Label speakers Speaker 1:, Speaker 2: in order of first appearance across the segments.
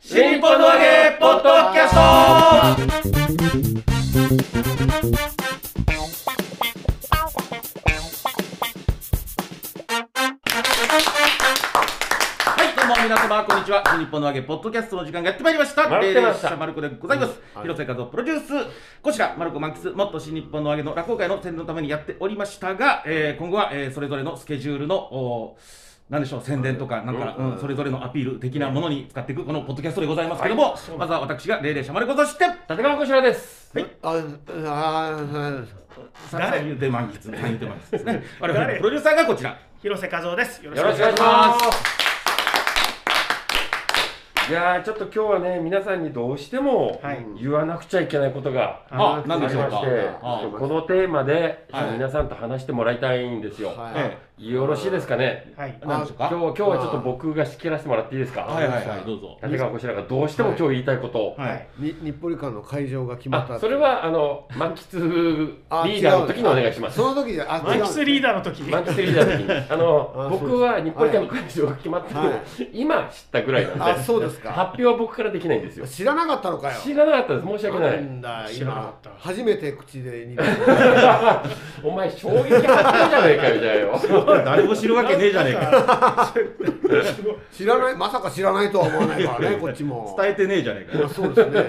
Speaker 1: 新本の揚げポッドキャストはい、どうも皆様、こんにちは。新日本の揚げポッドキャストの時間がやってまいりました。
Speaker 2: やってました
Speaker 1: 霊霊者マルコでございます。
Speaker 2: はい
Speaker 1: 広瀬和夫プロデュース、こちら、マルコ満喫、もっと新日本の揚げの落語会の宣伝のためにやっておりましたが、えー今後は、えーそれぞれのスケジュールの、おーなんでしょう宣伝とか、なんか、
Speaker 2: うん
Speaker 1: うんそれぞれのアピール的なものに使っていくこのポッドキャストでございますけども、まずは私が霊霊者マルコとして、
Speaker 2: 立川こしらです。
Speaker 1: はい、
Speaker 3: あ、あ、
Speaker 1: 誰三遊亭満喫、三遊亭満喫ですね。我々のプロデューサーがこちら。
Speaker 4: 広瀬和夫です。よ
Speaker 2: よろしくお願いします。いやーちょっと今日はね皆さんにどうしても
Speaker 4: はい
Speaker 2: 言わなくちゃいけないことがあ
Speaker 1: あ、
Speaker 2: り
Speaker 1: 何
Speaker 2: ま
Speaker 1: で
Speaker 2: し
Speaker 1: してょうか。あ
Speaker 2: このテーマでちょっ
Speaker 1: は
Speaker 2: と
Speaker 1: い
Speaker 2: 皆さんと話してもらいたいんですよ、
Speaker 3: はい
Speaker 1: え
Speaker 2: よろしいですかね
Speaker 4: はい
Speaker 1: え、。何でしょう
Speaker 2: 今
Speaker 1: か
Speaker 2: 日。今日はちょっと僕が仕切らせてもらっていいですか、
Speaker 1: はいはいはい、どうぞ。
Speaker 2: 立川こしらがどうしても今日言いたいこと、
Speaker 4: はい。
Speaker 3: に日暮里館の会場が決まった
Speaker 2: あそれはあの満喫リーダーの時にお願いします
Speaker 3: その時で、あ、
Speaker 4: 満喫リー
Speaker 3: ダー。
Speaker 4: ダーの時。
Speaker 2: 満喫リーダーの時にあの
Speaker 3: あ
Speaker 2: 僕は日暮里館の会場が決まってて、
Speaker 3: はい
Speaker 2: 今知ったぐらいなんで
Speaker 3: あ、そうで
Speaker 2: 発
Speaker 3: すか。
Speaker 2: 表は僕からできないんですよ
Speaker 3: 知らなかったのかよ。
Speaker 2: 知らなかったです申し訳な
Speaker 3: ないんだ、
Speaker 4: 知らなか
Speaker 3: 今
Speaker 4: った、
Speaker 3: 初めて口で言いま
Speaker 2: お前衝撃発ったじゃねえかみたいな よ
Speaker 1: 誰も知るわけねえじゃねえか。
Speaker 4: か。すごい
Speaker 3: す。知らない、まさか知らないとは思わないからね、こっちも。
Speaker 1: 伝えてねえじゃねえ
Speaker 3: ま
Speaker 1: か
Speaker 3: あ。そうですね。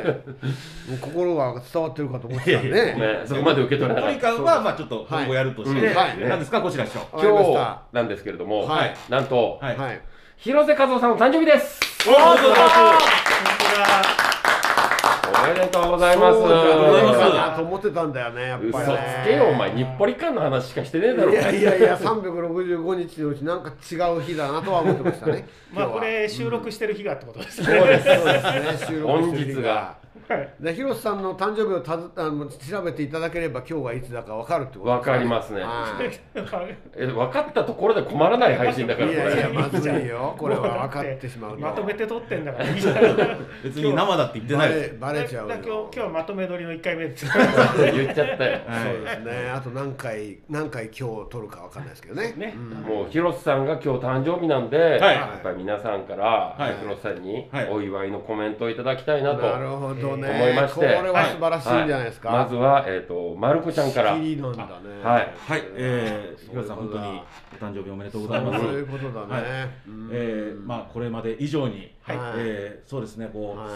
Speaker 3: もう心が伝わってるかと思ってたんでね。
Speaker 2: ね、そこまで受け取れな
Speaker 1: ポ
Speaker 2: かっ
Speaker 1: リ
Speaker 2: た
Speaker 1: カンは、まあちょっと今後やるとして、
Speaker 3: はいはい
Speaker 1: 何ですか、こちら師匠。
Speaker 3: わかりまし
Speaker 2: 今
Speaker 3: た。
Speaker 2: 日なんですけれども、
Speaker 3: はい
Speaker 2: なんと、
Speaker 1: はい。
Speaker 3: はい。
Speaker 2: 広瀬和夫さんの誕生日です
Speaker 1: おーおめでとうございます
Speaker 2: おめでとうございます
Speaker 3: そうじゃ
Speaker 1: ございます
Speaker 3: ないかなと思ってたんだよね、やっぱりね。
Speaker 2: 嘘つけよお前日暮里館の話しかしてねえだろ
Speaker 3: いやいやいや、365日のうちなんか違う日だなとは思ってましたね。
Speaker 4: まあ
Speaker 3: 今日は
Speaker 4: これ収録してる日がってことです
Speaker 3: そうで
Speaker 4: ね。
Speaker 3: すそうですね、収録してる
Speaker 2: 本日が。
Speaker 4: はい
Speaker 3: で、広瀬さんの誕生日をたずあの調べていただければ、今日はいつだかわかるってこと
Speaker 2: わかりますね
Speaker 3: はい
Speaker 2: え分かったところで困らない配信だから
Speaker 3: い
Speaker 2: これ
Speaker 3: やいや、
Speaker 4: ま
Speaker 3: ま
Speaker 4: あ
Speaker 3: ずいよ、これは分かってしまうと。
Speaker 4: まとめ
Speaker 3: て
Speaker 4: て撮ってんだからいいじゃない。今
Speaker 1: 別に生だって言ってな
Speaker 3: バ
Speaker 1: いです。
Speaker 3: レバレちゃうよ。
Speaker 4: 日今日まとめ撮りの一回目です。
Speaker 2: 言っちゃったよ
Speaker 1: は
Speaker 3: そうですね、あと何回、何回今日取るかわかんないですけどね。
Speaker 4: ね。
Speaker 2: もう広瀬さんが今日誕生日なんで、
Speaker 1: はい
Speaker 2: やっぱり皆さんから、
Speaker 1: はい
Speaker 2: 広瀬さんに
Speaker 1: はい
Speaker 2: お祝いのコメントをいただきたいなと、
Speaker 3: なるほどね、
Speaker 2: 思いまして
Speaker 3: これは素晴らしいんじゃないですか。
Speaker 2: まずは、えっ、と、まるこちゃんから。
Speaker 3: 仕切りなんだね。
Speaker 2: はい
Speaker 1: はい、えー、広瀬さん、
Speaker 3: そう
Speaker 1: 本
Speaker 3: いうこ
Speaker 1: 当
Speaker 3: と
Speaker 1: に
Speaker 3: だ
Speaker 1: お誕生日おめでとうございます。
Speaker 3: そういうことだね。
Speaker 1: はい
Speaker 3: うん
Speaker 1: えー、まあこれまで以上に、
Speaker 3: はい
Speaker 1: えーそうですね、こう、
Speaker 3: はい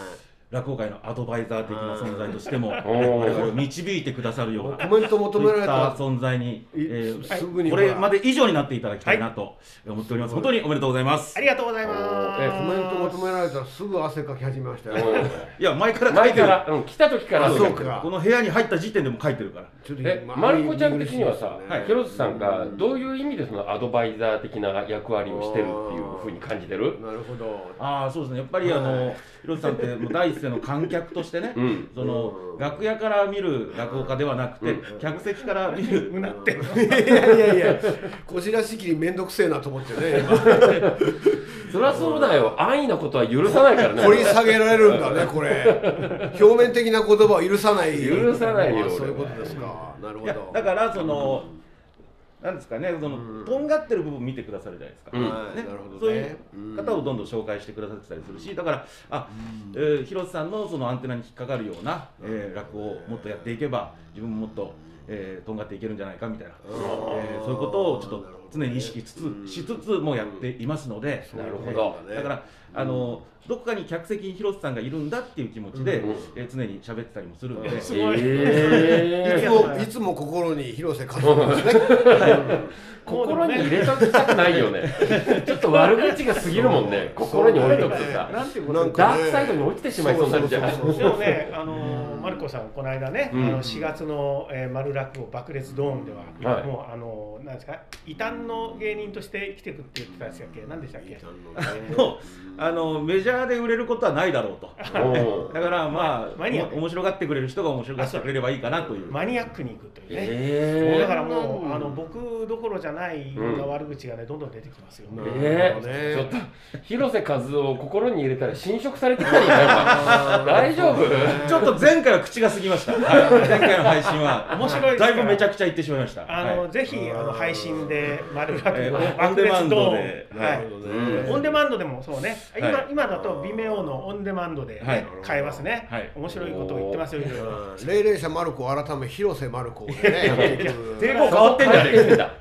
Speaker 1: 落語界のアドバイザー的な存在としても、
Speaker 2: ー
Speaker 1: 我々を導いてくださるような。
Speaker 3: コメント求められたら
Speaker 1: そういった存在に、え
Speaker 3: い
Speaker 1: ー
Speaker 3: すぐに
Speaker 1: こ
Speaker 3: ほら
Speaker 1: れまで以上になっていただきたいなと思っております。本当におめでとうございます
Speaker 4: あ。りがとうございます。
Speaker 2: え
Speaker 3: コメント求められたらすぐ汗かき始めましたよ。
Speaker 1: いや前から書い
Speaker 2: 前
Speaker 1: て
Speaker 2: か
Speaker 1: る。
Speaker 2: ら、うん、来た時から
Speaker 3: あ
Speaker 2: の
Speaker 3: そうか
Speaker 1: この部屋に入った時点でも書いてるから。
Speaker 3: ちょっ
Speaker 2: え、
Speaker 3: 今
Speaker 2: まるこちゃん的にはさ、
Speaker 3: 嬉しいですね
Speaker 1: はい
Speaker 2: 広瀬さんがどういう意味でそのアドバイザー的な役割をしてるっていうふうに感じてる
Speaker 3: なるほど。
Speaker 1: ああそうですねやっぱりあの広瀬さんってもう第一声の観客としてね、
Speaker 2: うん
Speaker 1: その楽屋から見る落語家ではなくて、客席から見る
Speaker 4: うなってる。
Speaker 3: いやいやいや、こじらしきりめんどくせえなと思ってね、
Speaker 2: そりゃそうだよ、安易なことは許さないからね。
Speaker 3: 掘り下げられるんだね、これ。表面的な言葉を許さない。
Speaker 2: 許さないよ俺
Speaker 3: あ
Speaker 2: は
Speaker 3: そういうことですか。なる
Speaker 1: い
Speaker 3: ほ
Speaker 1: や
Speaker 3: ど。
Speaker 1: だからその、なんですかねそのとんがってる部分見てくださるじゃないですか、
Speaker 2: うん
Speaker 3: はい
Speaker 1: ね
Speaker 3: なるほどね
Speaker 1: そういう方を
Speaker 3: ん
Speaker 1: どんどん紹介してくださってたりするしだからあ、えー広瀬さんのそのアンテナに引っかかるような、えー落語をもっとやっていけば自分ももっと、えーとんがっていけるんじゃないかみたいな、えーそういうことをちょっと常に意識しつつしつつもやっていますので、
Speaker 2: なるほど
Speaker 1: えーだからあのどこかに客席に広瀬さんがいるんだっていう気持ちで、
Speaker 2: うん
Speaker 1: えー常に喋ってたりもするんで、
Speaker 4: すごい
Speaker 3: いつ
Speaker 2: えー
Speaker 3: もいつも心に広瀬和夫ですね。
Speaker 2: 心に入れときたくないよね。ちょっと悪口が過ぎるもんね。心に置いとくとさ。
Speaker 4: なんていうこと
Speaker 3: なんか
Speaker 2: ダ
Speaker 3: ね
Speaker 2: ークサイドに落ちてしまいそうになるじゃん。
Speaker 3: そうそうそう
Speaker 4: で
Speaker 3: そう
Speaker 4: もね、あのーマルコさん、この間ね、
Speaker 2: うん
Speaker 4: あの4月の、えー、丸落語爆裂ドーンでは、
Speaker 2: はい
Speaker 4: もうあのーなんですか、異端の芸人として来てくって言ってたんでしたっけ、何でしたっけ、
Speaker 1: もうあのメジャーで売れることはないだろうと。
Speaker 2: うん
Speaker 1: だからまあ、
Speaker 4: マニアック
Speaker 1: 面白がってくれる人が面白がってくれればいいかなという。
Speaker 4: マニアックに行くというね、
Speaker 2: えー
Speaker 4: だからもうあの僕どころじゃないような悪口がね、どんどん出てきますよ。
Speaker 3: なるほど
Speaker 2: えー、ちょっと広瀬和夫を心に入れたら侵食されてきたんじゃない大丈夫
Speaker 1: ちょっと前回は口が過ぎました。はい前回の配信は
Speaker 4: 面白いですから
Speaker 1: だいぶめちゃくちゃ言ってしまいました。
Speaker 4: あの
Speaker 1: はい
Speaker 4: ぜひあのの配信で丸が
Speaker 1: え
Speaker 4: と
Speaker 1: ー
Speaker 4: 爆裂ドーン
Speaker 1: オンデマンドで
Speaker 4: はい
Speaker 2: うん
Speaker 4: オンデマンドでもそうね、
Speaker 1: はい
Speaker 4: 今今だと Vimeo のオンデマンドでね、
Speaker 1: はい
Speaker 4: 買えますね、
Speaker 1: はい
Speaker 4: 面白いことを言ってますよいろいろ
Speaker 3: うん霊霊者マルコ改め広瀬マルコでね結局
Speaker 1: 抵抗変わってんじゃねえ
Speaker 2: だ。
Speaker 1: か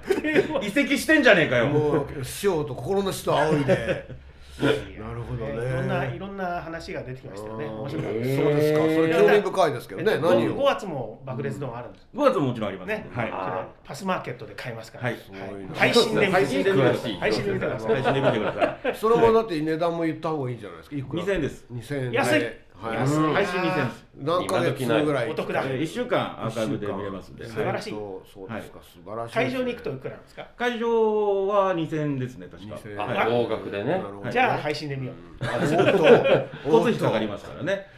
Speaker 1: 移籍してんじゃねえかよ
Speaker 3: もう師匠と心の師と仰いでなるほどね
Speaker 4: いろんないろんな話が出てきましたよね面白かった
Speaker 3: そう
Speaker 4: で
Speaker 2: へ
Speaker 4: す
Speaker 2: ー
Speaker 3: ですかそれ興味深いですけど
Speaker 4: え
Speaker 3: ね
Speaker 4: っと
Speaker 3: 何
Speaker 4: 5
Speaker 3: を
Speaker 4: 月も爆裂ドンあるんです
Speaker 1: 5月ももちろんありますんで
Speaker 4: ね、
Speaker 1: はい
Speaker 4: それパスマーケットで買いますから、
Speaker 1: はい
Speaker 4: 配信で見て
Speaker 2: 配信で見てください
Speaker 4: 配信で見てください
Speaker 1: 配信で見てください
Speaker 3: それもだって値段も言った方がいいんじゃないですかいくら
Speaker 1: 2000円です
Speaker 3: 2000円
Speaker 4: 安い
Speaker 3: はい
Speaker 2: 安い
Speaker 1: 配信2000円です
Speaker 3: 何ヶ月後ぐらい
Speaker 4: お得だ
Speaker 1: 1週間アーカイブで見れますんで
Speaker 4: 素晴らしい
Speaker 3: そうそうですか素晴らしい
Speaker 4: 会場に行くといくらなんですか、
Speaker 1: 会場は2000円ですね確か
Speaker 3: 2000円
Speaker 1: はい
Speaker 2: あ合格でね
Speaker 3: はい
Speaker 4: じゃあ配信で見よう、
Speaker 1: 交通費かかりますからね、え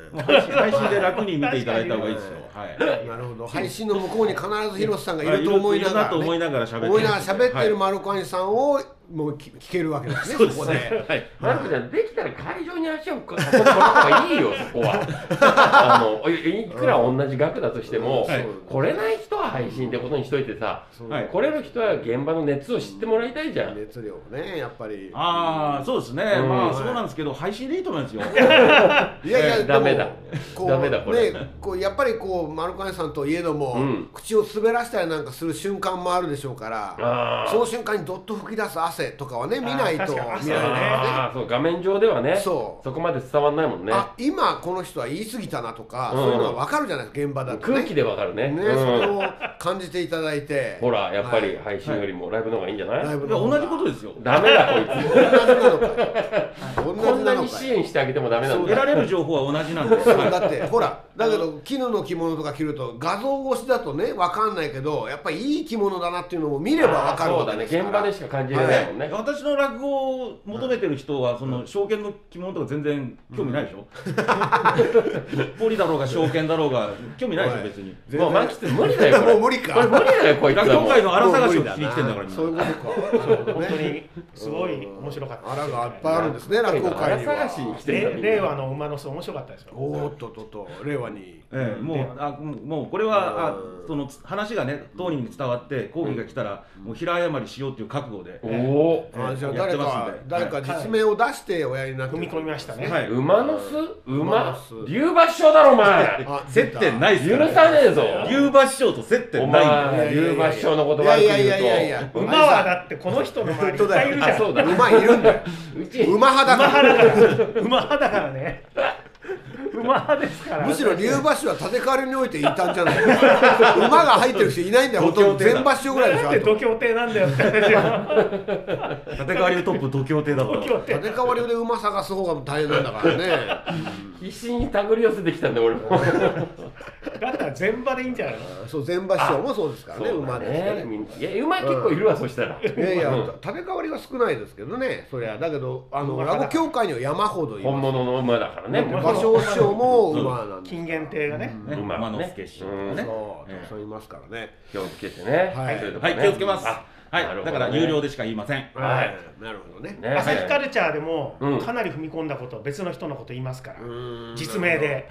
Speaker 1: えもう配信配信で楽に見ていただいた方がいいですよはい
Speaker 3: なるほど配信の向こうに必ず広瀬さんがいると思いなが
Speaker 1: ると
Speaker 3: らね
Speaker 1: 思いながら喋って
Speaker 3: 思いながら喋ってる
Speaker 1: は
Speaker 3: マルコアニさんをもうき聞けるわけですね
Speaker 1: いそうで
Speaker 3: そこ
Speaker 1: す
Speaker 3: で
Speaker 1: ねはい
Speaker 2: マルコちゃん、できたら会場に足を運ぶ方が いいよ、そこは。あのいいくら同じ額だとしても、
Speaker 1: はい
Speaker 2: 来れない人は配信ってことにしといてさ、
Speaker 1: はい
Speaker 2: 来れる人は現場の熱を知ってもらいたいじゃん。
Speaker 3: 熱量ねやっぱり
Speaker 1: ああそうですね
Speaker 2: うん
Speaker 1: まあそうなんですけど配信でいいと思いますよ
Speaker 3: いやいや、
Speaker 2: えーダメだ
Speaker 3: でもこう
Speaker 2: ダメだこれ
Speaker 3: ね、こうやっぱりこうマルカネさんといえども、
Speaker 2: うん
Speaker 3: 口を滑らしたりなんかする瞬間もあるでしょうから、
Speaker 2: あー
Speaker 3: その瞬間にどっと吹き出す汗とかはね見ない
Speaker 4: あー
Speaker 3: と
Speaker 4: 確かに汗
Speaker 3: 見
Speaker 4: だよね
Speaker 2: あーそう画面上ではね
Speaker 3: そう
Speaker 2: こまで伝わんないもんね
Speaker 3: あ今この人は言い過ぎたなとか、
Speaker 2: うん
Speaker 3: そういうのが分かるじゃないですか現場だと、ね、
Speaker 2: 空気でわかるね
Speaker 3: ね、
Speaker 2: うん
Speaker 3: それを感じていただいて
Speaker 2: ほらやっぱり
Speaker 3: はい
Speaker 2: 配信よりもライブの方がいいんじゃない、
Speaker 3: ライブの方が
Speaker 1: 同じことですよ
Speaker 2: ダメだこい
Speaker 3: 同
Speaker 2: つ
Speaker 3: じなのかい
Speaker 2: こ
Speaker 3: 同じ
Speaker 2: んな
Speaker 3: なの
Speaker 2: に
Speaker 3: か
Speaker 2: 支
Speaker 3: い
Speaker 2: 援してあげてもダメなん
Speaker 1: 得ら
Speaker 2: だ
Speaker 1: れる情報は同じなんです
Speaker 3: そう
Speaker 1: はい
Speaker 3: だってほらだけど絹の着物とか着ると画像越しだとね分かんないけどやっぱりいい着物だなっていうのも見れば分かる
Speaker 2: そう
Speaker 3: わ
Speaker 2: だ
Speaker 3: け
Speaker 2: ね
Speaker 3: ですから
Speaker 2: 現場でしか感じれないもんね、
Speaker 1: 私の落語を求めてる人はその証券の着物とか全然興味ないでしょ ポリだろうが証券だろうが興味ないでしょ別に
Speaker 3: 全然
Speaker 2: もう満喫無理だよこ
Speaker 3: も
Speaker 2: れ
Speaker 3: う無理か
Speaker 2: これ無理だよこいつは
Speaker 1: 落
Speaker 2: も
Speaker 1: 語
Speaker 2: う
Speaker 1: 界の荒探しをしに来てんだから
Speaker 3: そういう
Speaker 1: 今
Speaker 3: ことか。なるほど
Speaker 4: 本当
Speaker 3: ね。
Speaker 4: にすごい面白かった
Speaker 3: あらがいっぱいあるんですね、落語界に
Speaker 2: 荒探しに
Speaker 3: は。
Speaker 2: 来てる
Speaker 4: で
Speaker 2: んだ
Speaker 4: 令和の馬の巣面白かったですよ
Speaker 3: おーっとっとっと、令和に。
Speaker 1: ええ、もうあもうもうこれはあ
Speaker 3: うん
Speaker 1: その話がね当人に伝わって講義が来たら、もう平謝りしようっていう覚悟で、
Speaker 2: おお
Speaker 1: え
Speaker 3: あ
Speaker 1: え
Speaker 3: じゃあ
Speaker 1: やっ
Speaker 3: 誰
Speaker 1: て
Speaker 3: か
Speaker 1: ますんで
Speaker 3: 誰か実名を出しておやりになって
Speaker 4: 踏
Speaker 3: る
Speaker 4: み込みましたね、
Speaker 1: はい
Speaker 2: 馬の巣
Speaker 3: 馬
Speaker 2: 馬
Speaker 3: の巣
Speaker 2: 竜馬師匠だろ お前
Speaker 3: あ
Speaker 1: 接点ないです
Speaker 2: 許
Speaker 1: から、
Speaker 2: さねえぞ
Speaker 1: 龍馬師匠と接
Speaker 2: お
Speaker 1: 点ないんだ
Speaker 2: 前竜馬師匠のこと悪
Speaker 3: い
Speaker 2: く
Speaker 3: やいやいやい
Speaker 2: 言
Speaker 3: や
Speaker 2: うと
Speaker 4: 馬はだってこの人の周りい
Speaker 3: 本
Speaker 4: っ
Speaker 3: 当
Speaker 4: ぱ
Speaker 3: だ
Speaker 4: いい
Speaker 3: よ
Speaker 4: るじゃ
Speaker 2: あ
Speaker 4: ん
Speaker 2: そうだ
Speaker 3: 馬いるんだよ
Speaker 2: うち
Speaker 3: 馬派
Speaker 4: 馬
Speaker 3: だか
Speaker 4: 派だから馬派だからね馬派ですから
Speaker 3: らむしろ竜馬氏は立て替わりにおいていたんじゃない馬が入ってる人いないんだよほとんど全馬師ぐらいでしょ
Speaker 4: な
Speaker 3: あ
Speaker 4: んで度
Speaker 3: と
Speaker 4: 胸亭なんだよって話よ
Speaker 1: 立川流トップ度胸亭だった
Speaker 4: 度胸亭
Speaker 3: 立て替わりで馬探す方が大変なんだからね
Speaker 2: 必死に手繰り寄せてきたんだよ俺も
Speaker 4: だったら全場でいいんじゃないの
Speaker 3: そう全馬師匠もそうですからね
Speaker 2: そうだ
Speaker 3: 馬ですからね
Speaker 2: みんないや馬結構いるわ、そしたら
Speaker 3: いやいや、
Speaker 2: うん
Speaker 3: 食べ替わりは少ないですけどね、そりゃ、だけど、あの、
Speaker 4: 馬
Speaker 3: ラ
Speaker 4: だ
Speaker 3: ゴ協会には山ほどい
Speaker 2: 本
Speaker 3: ます。
Speaker 2: 物の馬だからね
Speaker 4: 本物
Speaker 3: 馬掌師匠も馬なんです。
Speaker 4: 金言亭がね、
Speaker 1: ね、
Speaker 2: 馬
Speaker 1: 馬
Speaker 2: の
Speaker 1: の
Speaker 2: ね
Speaker 1: 助師匠とかね
Speaker 3: そう、
Speaker 1: え
Speaker 3: たくさんいますからね。
Speaker 2: 気をつけてね
Speaker 3: はい
Speaker 2: そううとこ
Speaker 1: は
Speaker 2: ね
Speaker 1: い気をつけます
Speaker 2: あ
Speaker 1: はい、
Speaker 2: なるほ
Speaker 1: だ
Speaker 2: どね
Speaker 1: から有料でしか言いません
Speaker 2: はい
Speaker 3: い、なるほどね。
Speaker 2: ね
Speaker 4: 朝日カルチャーでも
Speaker 2: うん
Speaker 4: かなり踏み込んだことを別の人のこと言いますから、
Speaker 3: うーん
Speaker 4: 実名。で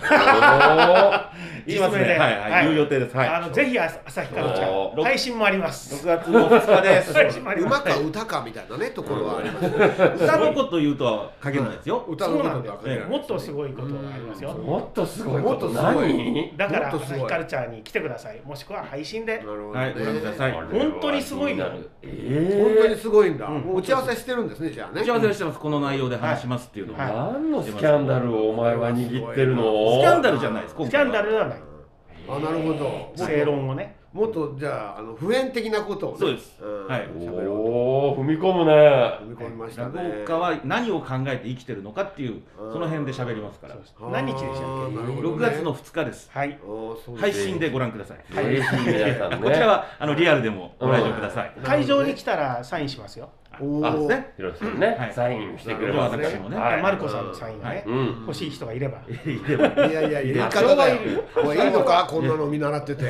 Speaker 1: 言いますねはいはい、有料亭ですはい
Speaker 4: あのぜひ朝日カルチャ
Speaker 2: お
Speaker 4: ー
Speaker 2: ー
Speaker 4: 配信もありま
Speaker 1: 6
Speaker 4: す
Speaker 1: 月の2日です
Speaker 4: 配信もありま
Speaker 3: 馬
Speaker 4: す
Speaker 3: か歌かみたいなね、ところはあります。
Speaker 1: 歌のこと言うとは限らないですよ
Speaker 3: 歌のこととは限らない。
Speaker 4: もっとすごいことがあります
Speaker 2: おー
Speaker 4: よ
Speaker 2: もっとすごい
Speaker 3: も
Speaker 2: こ
Speaker 3: っと
Speaker 2: と
Speaker 3: すごい
Speaker 2: 何
Speaker 4: だから
Speaker 3: もっとす
Speaker 4: 朝
Speaker 3: ごい
Speaker 4: 日カルチャーに来てくださいもしくは配信で
Speaker 3: なるほどね
Speaker 1: はいご覧ください
Speaker 4: 本当にすごいな
Speaker 3: 本当に
Speaker 2: え
Speaker 3: すごいんだ。もう打ち合わせしてるんですね、じゃあね。
Speaker 1: 打ち合わせをしてますこの内容で話しますっていうのを、
Speaker 2: え
Speaker 4: はい
Speaker 2: 何のスキャンダルをお前は握ってるの
Speaker 1: スキャンダルじゃないです今
Speaker 4: スキャ
Speaker 1: 回は
Speaker 4: ンダルではない
Speaker 3: あ、なるほど。
Speaker 4: 正論をね
Speaker 3: もっと、じゃあ、あの、普遍的なことをね。
Speaker 1: そうです
Speaker 3: ん
Speaker 1: はい
Speaker 3: 喋ろ
Speaker 2: お
Speaker 3: う
Speaker 2: お踏み込むね
Speaker 3: と。踏み込みました
Speaker 1: 落
Speaker 3: ね。
Speaker 1: 語家は何を考えて生きてるのかっていうその辺で喋りますから
Speaker 3: あー
Speaker 4: 何日でしたっけ
Speaker 3: なるほどね
Speaker 1: 6月の2日です
Speaker 4: はい
Speaker 3: おーそうで
Speaker 1: 配
Speaker 3: すね
Speaker 1: 信でご覧ください、
Speaker 2: ぜひ皆さんね
Speaker 1: こちらはあのリアルでもご来場ください、
Speaker 4: 会場に来たらサインしますよ
Speaker 3: お
Speaker 2: あ
Speaker 1: そう
Speaker 3: ー
Speaker 1: ですね
Speaker 2: 広瀬さんね、
Speaker 1: はい
Speaker 2: サインしてくれますね
Speaker 1: 私もね、
Speaker 2: はい
Speaker 4: マルコさんのサインがね
Speaker 2: うん
Speaker 4: 欲しい人がいれば
Speaker 1: いれば
Speaker 3: いやいやいや、言い方だよ。おいいいのか、こんなの見習ってて。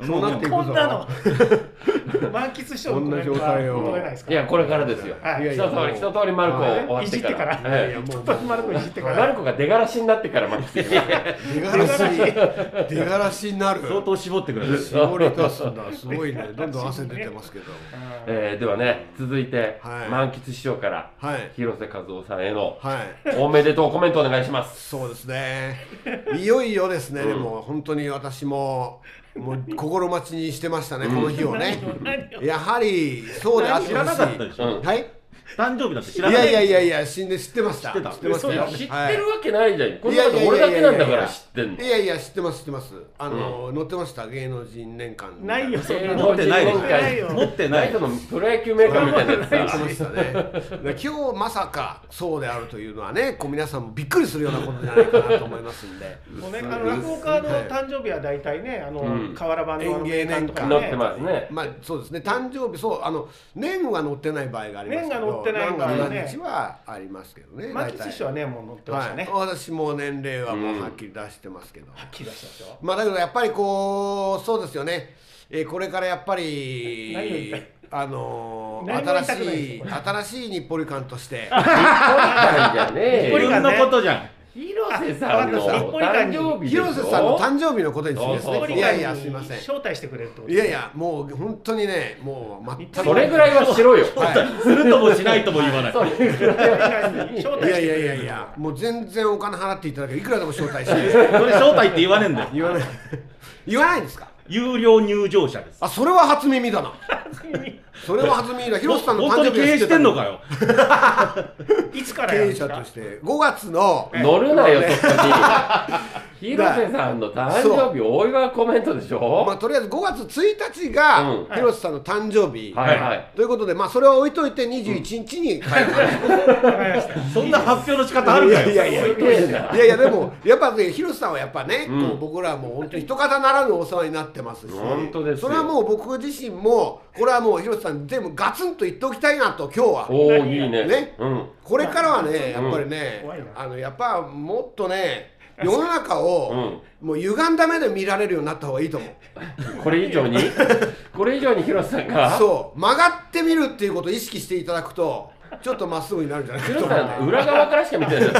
Speaker 3: そうなっていくぞ
Speaker 4: こんなの満喫しとるコメントは求めないですか
Speaker 2: いやこれからですよ
Speaker 4: はい
Speaker 2: 一通り一通りマルコ終わっ
Speaker 4: いじ
Speaker 2: て
Speaker 4: ってか、
Speaker 2: からら
Speaker 4: い
Speaker 2: え
Speaker 4: やもうちょっと丸くいじって
Speaker 2: え
Speaker 4: か
Speaker 2: マル
Speaker 4: ら、
Speaker 2: コが出がらしになってからマックス
Speaker 3: 出がらし
Speaker 4: 出が
Speaker 3: 出がらしになる
Speaker 1: 相当絞ってくれる
Speaker 3: 絞り出す んだすごいねどんどん汗出てますけど
Speaker 2: えーではね続いて、
Speaker 3: はい
Speaker 2: 満喫師匠から
Speaker 3: はい
Speaker 2: 広瀬和夫さんへの
Speaker 3: はい
Speaker 2: おめでとうコメントお願いします
Speaker 3: そうですね。いよいよですね。
Speaker 2: うん
Speaker 3: でも本当に私ももう心待ちにしてましたね。この日をね。 やはりそうであってほしい。
Speaker 1: 知らなかったでしょ、
Speaker 2: うん
Speaker 3: はい。
Speaker 1: 誕生日だって知
Speaker 3: い
Speaker 1: らなかっ
Speaker 3: や
Speaker 1: た
Speaker 3: いやいやいや、死んで知ってました。
Speaker 1: 知ってた
Speaker 3: ましたよ。
Speaker 4: 嘘
Speaker 2: 知って
Speaker 3: はい
Speaker 2: るわけないじゃんこんなこと俺だけなんだから知ってんの
Speaker 3: いやいや知ってます知ってます。あの、乗ってました芸能人年間。
Speaker 4: ないよそんな
Speaker 1: 持
Speaker 4: の
Speaker 1: ってないでしょ
Speaker 4: 持ってないよ
Speaker 1: 持ってな
Speaker 2: ラ
Speaker 1: い
Speaker 2: イトのプロ野球メーカーみたいなやつ
Speaker 3: 言って
Speaker 2: さ
Speaker 3: ましたね。で今日まさかそうであるというのはね、こう皆さんもびっくりするようなことじゃないかなと思いますんで。
Speaker 4: もうね、あの落語家の誕生日は大体ね、あの、
Speaker 2: うん
Speaker 4: 河原版のあの
Speaker 3: 演芸年間
Speaker 4: 年間とか
Speaker 2: なっ
Speaker 4: ね
Speaker 2: て、ますね
Speaker 3: まあそうですね誕生日そうあの年は載ってない場合がありますけど
Speaker 4: 年が載ってない場合はね
Speaker 3: 年が何日はありますけどね
Speaker 4: マキシ師匠はね、もう乗ってましたね。
Speaker 3: はい、私も年齢はもううんはっきり出してますけど、
Speaker 4: はっきり出したでしょ。
Speaker 3: まあだけどやっぱりこうそうですよね、えーこれからやっぱ
Speaker 4: 何を言い
Speaker 3: り
Speaker 4: たい
Speaker 3: あのー
Speaker 4: 何も言いた
Speaker 3: 新
Speaker 4: くない
Speaker 3: しい
Speaker 4: ですよこれ
Speaker 3: 新しい日暮里館として
Speaker 2: なんじゃねえ
Speaker 1: 自
Speaker 2: よ
Speaker 1: 分のことじゃん
Speaker 2: 広瀬さんの
Speaker 4: あ
Speaker 2: お誕生日でしょ
Speaker 3: 広瀬さんの誕生日のことにするんです
Speaker 2: そうそうそう
Speaker 3: ねいやいやすいません
Speaker 4: 招待してくれるってこと
Speaker 3: いやいやもう本当にねもう全く
Speaker 2: それぐらいはしろよ
Speaker 3: はい
Speaker 1: するともしないとも言わない
Speaker 2: それぐらい
Speaker 4: 招待してく
Speaker 3: い
Speaker 4: れ
Speaker 3: や
Speaker 4: る
Speaker 3: いやいやいや、もう全然お金払っていただけるいくらでも招待して。
Speaker 1: それ招待って言わねえんだよ
Speaker 3: 言わない。言わないんですか。
Speaker 1: 有料入場者です
Speaker 3: あ、それは初耳だな。それは初耳だ。広瀬さんの
Speaker 1: 本
Speaker 3: 誕
Speaker 1: 当
Speaker 3: 生
Speaker 1: に
Speaker 3: 日
Speaker 1: 経
Speaker 3: は知
Speaker 1: 営
Speaker 3: って
Speaker 1: したて
Speaker 3: の
Speaker 1: んのかよ
Speaker 4: いつから
Speaker 3: 経
Speaker 4: やるん
Speaker 3: 営
Speaker 4: です
Speaker 3: 者と
Speaker 4: か
Speaker 3: して、5月の。
Speaker 2: 乗るなよそこに広瀬さんの誕生日お祝いコメントでし
Speaker 3: まあ、
Speaker 2: ょ
Speaker 3: とりあえず5月1日
Speaker 2: うん
Speaker 3: が広瀬さんの誕生日、
Speaker 2: はいはい
Speaker 3: ということで、まあ、それは置いといて21日に帰 る、
Speaker 4: わかりました
Speaker 1: そんな発表の仕方あるかよ
Speaker 3: いやいや
Speaker 2: すげえない
Speaker 3: やいやでもやっぱね広瀬さんはやっぱね、
Speaker 2: うん
Speaker 3: こう僕らはもう本当に一方ならぬお世話になってますし
Speaker 2: 本当ですよ
Speaker 3: それはもう僕自身もこれはもう広瀬さんに全部ガツンと言っておきたいなと今日は
Speaker 2: おおいいね
Speaker 3: ね
Speaker 2: うん
Speaker 3: これからはねやっぱりね、
Speaker 4: 怖いな
Speaker 3: あのやっぱもっとね世の中を、もう歪んだ目で見られるようになった方がいいと思う
Speaker 2: これ以上にこれ以上に広瀬さんが
Speaker 3: そう曲がってみるっていうことを意識していただくとちょっとまっすぐになるんじゃないかと
Speaker 2: 広
Speaker 3: 思
Speaker 2: 瀬
Speaker 3: う
Speaker 2: さん裏側からしか見てないじ ゃん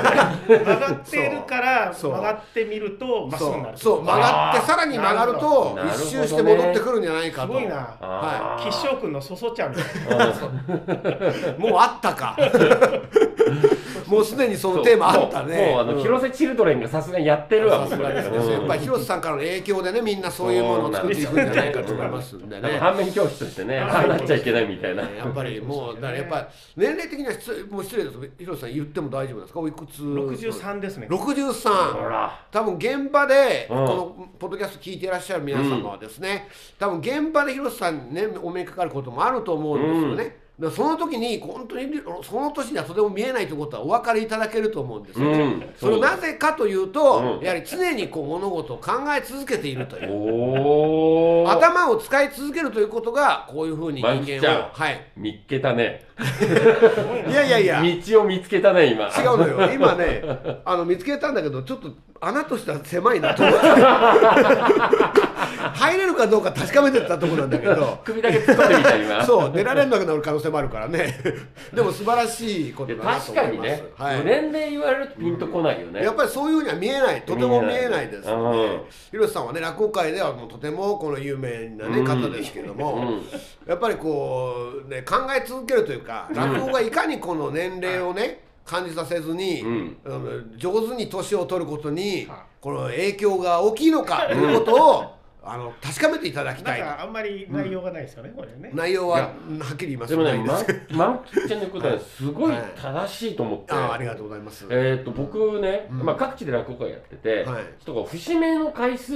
Speaker 4: 曲がってるから
Speaker 3: そう
Speaker 4: 曲がってみるとまっすぐにな
Speaker 3: そう
Speaker 4: る
Speaker 3: そう曲がってさらに曲がると
Speaker 2: なるほどね
Speaker 3: 一周して戻ってくるんじゃないか
Speaker 4: す
Speaker 3: と
Speaker 4: ごいな
Speaker 2: あー
Speaker 4: 吉祥君のそそちゃんみたいな
Speaker 3: もうあったか もうすでにそのテーマあったね
Speaker 2: もうもうあの、広瀬チルドレンがさすがにやってるわ
Speaker 3: さすがですね
Speaker 2: うん
Speaker 3: やっぱり広瀬さんからの影響でねみんなそういうものを作っていくんじゃないかと思いますんで
Speaker 2: なんか
Speaker 3: ね
Speaker 2: 反面教師としてね、ああなっちゃいけないみたいな。
Speaker 3: やっぱりもうだからやっぱり年齢的には失もう失礼ですけど広瀬さん言っても大丈夫なんですかおいくつ
Speaker 4: 63ですね
Speaker 2: ほ
Speaker 3: 63
Speaker 2: ら、
Speaker 3: 多分現場で
Speaker 2: う
Speaker 3: こ
Speaker 2: ん
Speaker 3: のポッドキャスト聞いていらっしゃる皆様はですね、多分現場で広瀬さんにねお目にかかることもあると思うんですよね、だからその時に本当にその年にはとても見えないということはお分かりいただけると思うんですよね、
Speaker 2: うん
Speaker 3: それ
Speaker 2: そう
Speaker 3: なぜかというと、
Speaker 2: うん
Speaker 3: やはり常にこう物事を考え続けているという
Speaker 2: おお。
Speaker 3: 頭を使い続けるということがこういうふうに
Speaker 2: 万
Speaker 3: 人
Speaker 2: 吉ちゃ
Speaker 3: 間
Speaker 2: ん
Speaker 3: をはい
Speaker 2: 見っけたね。
Speaker 3: いやいやいや
Speaker 2: 道を見つけたね、今。
Speaker 3: 違う のよ今ねあの見つけたんだけどちょっと穴としては狭いなと 思って入れるかどうか確かめてたところなんだけど
Speaker 2: 首だけ突っ込んでみた、今。
Speaker 3: そう出られなくなる可能性もあるか らねでも素晴らしいこ
Speaker 2: い
Speaker 3: と
Speaker 2: や
Speaker 3: だな
Speaker 2: 確
Speaker 3: と思
Speaker 2: か
Speaker 3: い
Speaker 2: に
Speaker 3: ま
Speaker 2: ね
Speaker 3: す、、はい
Speaker 2: 年齢言われるとピンとこないよね。
Speaker 3: やっぱりそういうふうには見えないとても見えないですよ
Speaker 2: 見えない
Speaker 3: ね
Speaker 2: うん
Speaker 3: 広瀬さんはね落語界ではもうとてもこの有名な、ね
Speaker 2: うん
Speaker 3: 方ですけども、
Speaker 2: うん
Speaker 3: やっぱりこう、ね、考え続けるというか落語がいかにこの年齢をね感じさせずに、
Speaker 2: うん
Speaker 3: あの上手に年を取ることに
Speaker 4: は
Speaker 3: この影響が大きいのかということを、あの確かめていただき
Speaker 4: な
Speaker 3: た
Speaker 4: ん
Speaker 3: い
Speaker 4: かあんまり内容がないですよねこれね
Speaker 3: 内容
Speaker 2: い
Speaker 3: は
Speaker 2: や
Speaker 3: はっきり言いま
Speaker 2: で
Speaker 3: す
Speaker 2: もね、
Speaker 3: ないです
Speaker 2: ま、満喫ちゃんの言うことはねすごい
Speaker 3: はい
Speaker 2: 正しいと思って。
Speaker 3: ああありがとうございます、
Speaker 2: えー、と僕ね、
Speaker 3: うん
Speaker 2: まあ、各地で落語会やってて、ち
Speaker 3: はい
Speaker 2: ょっとこう節目の回数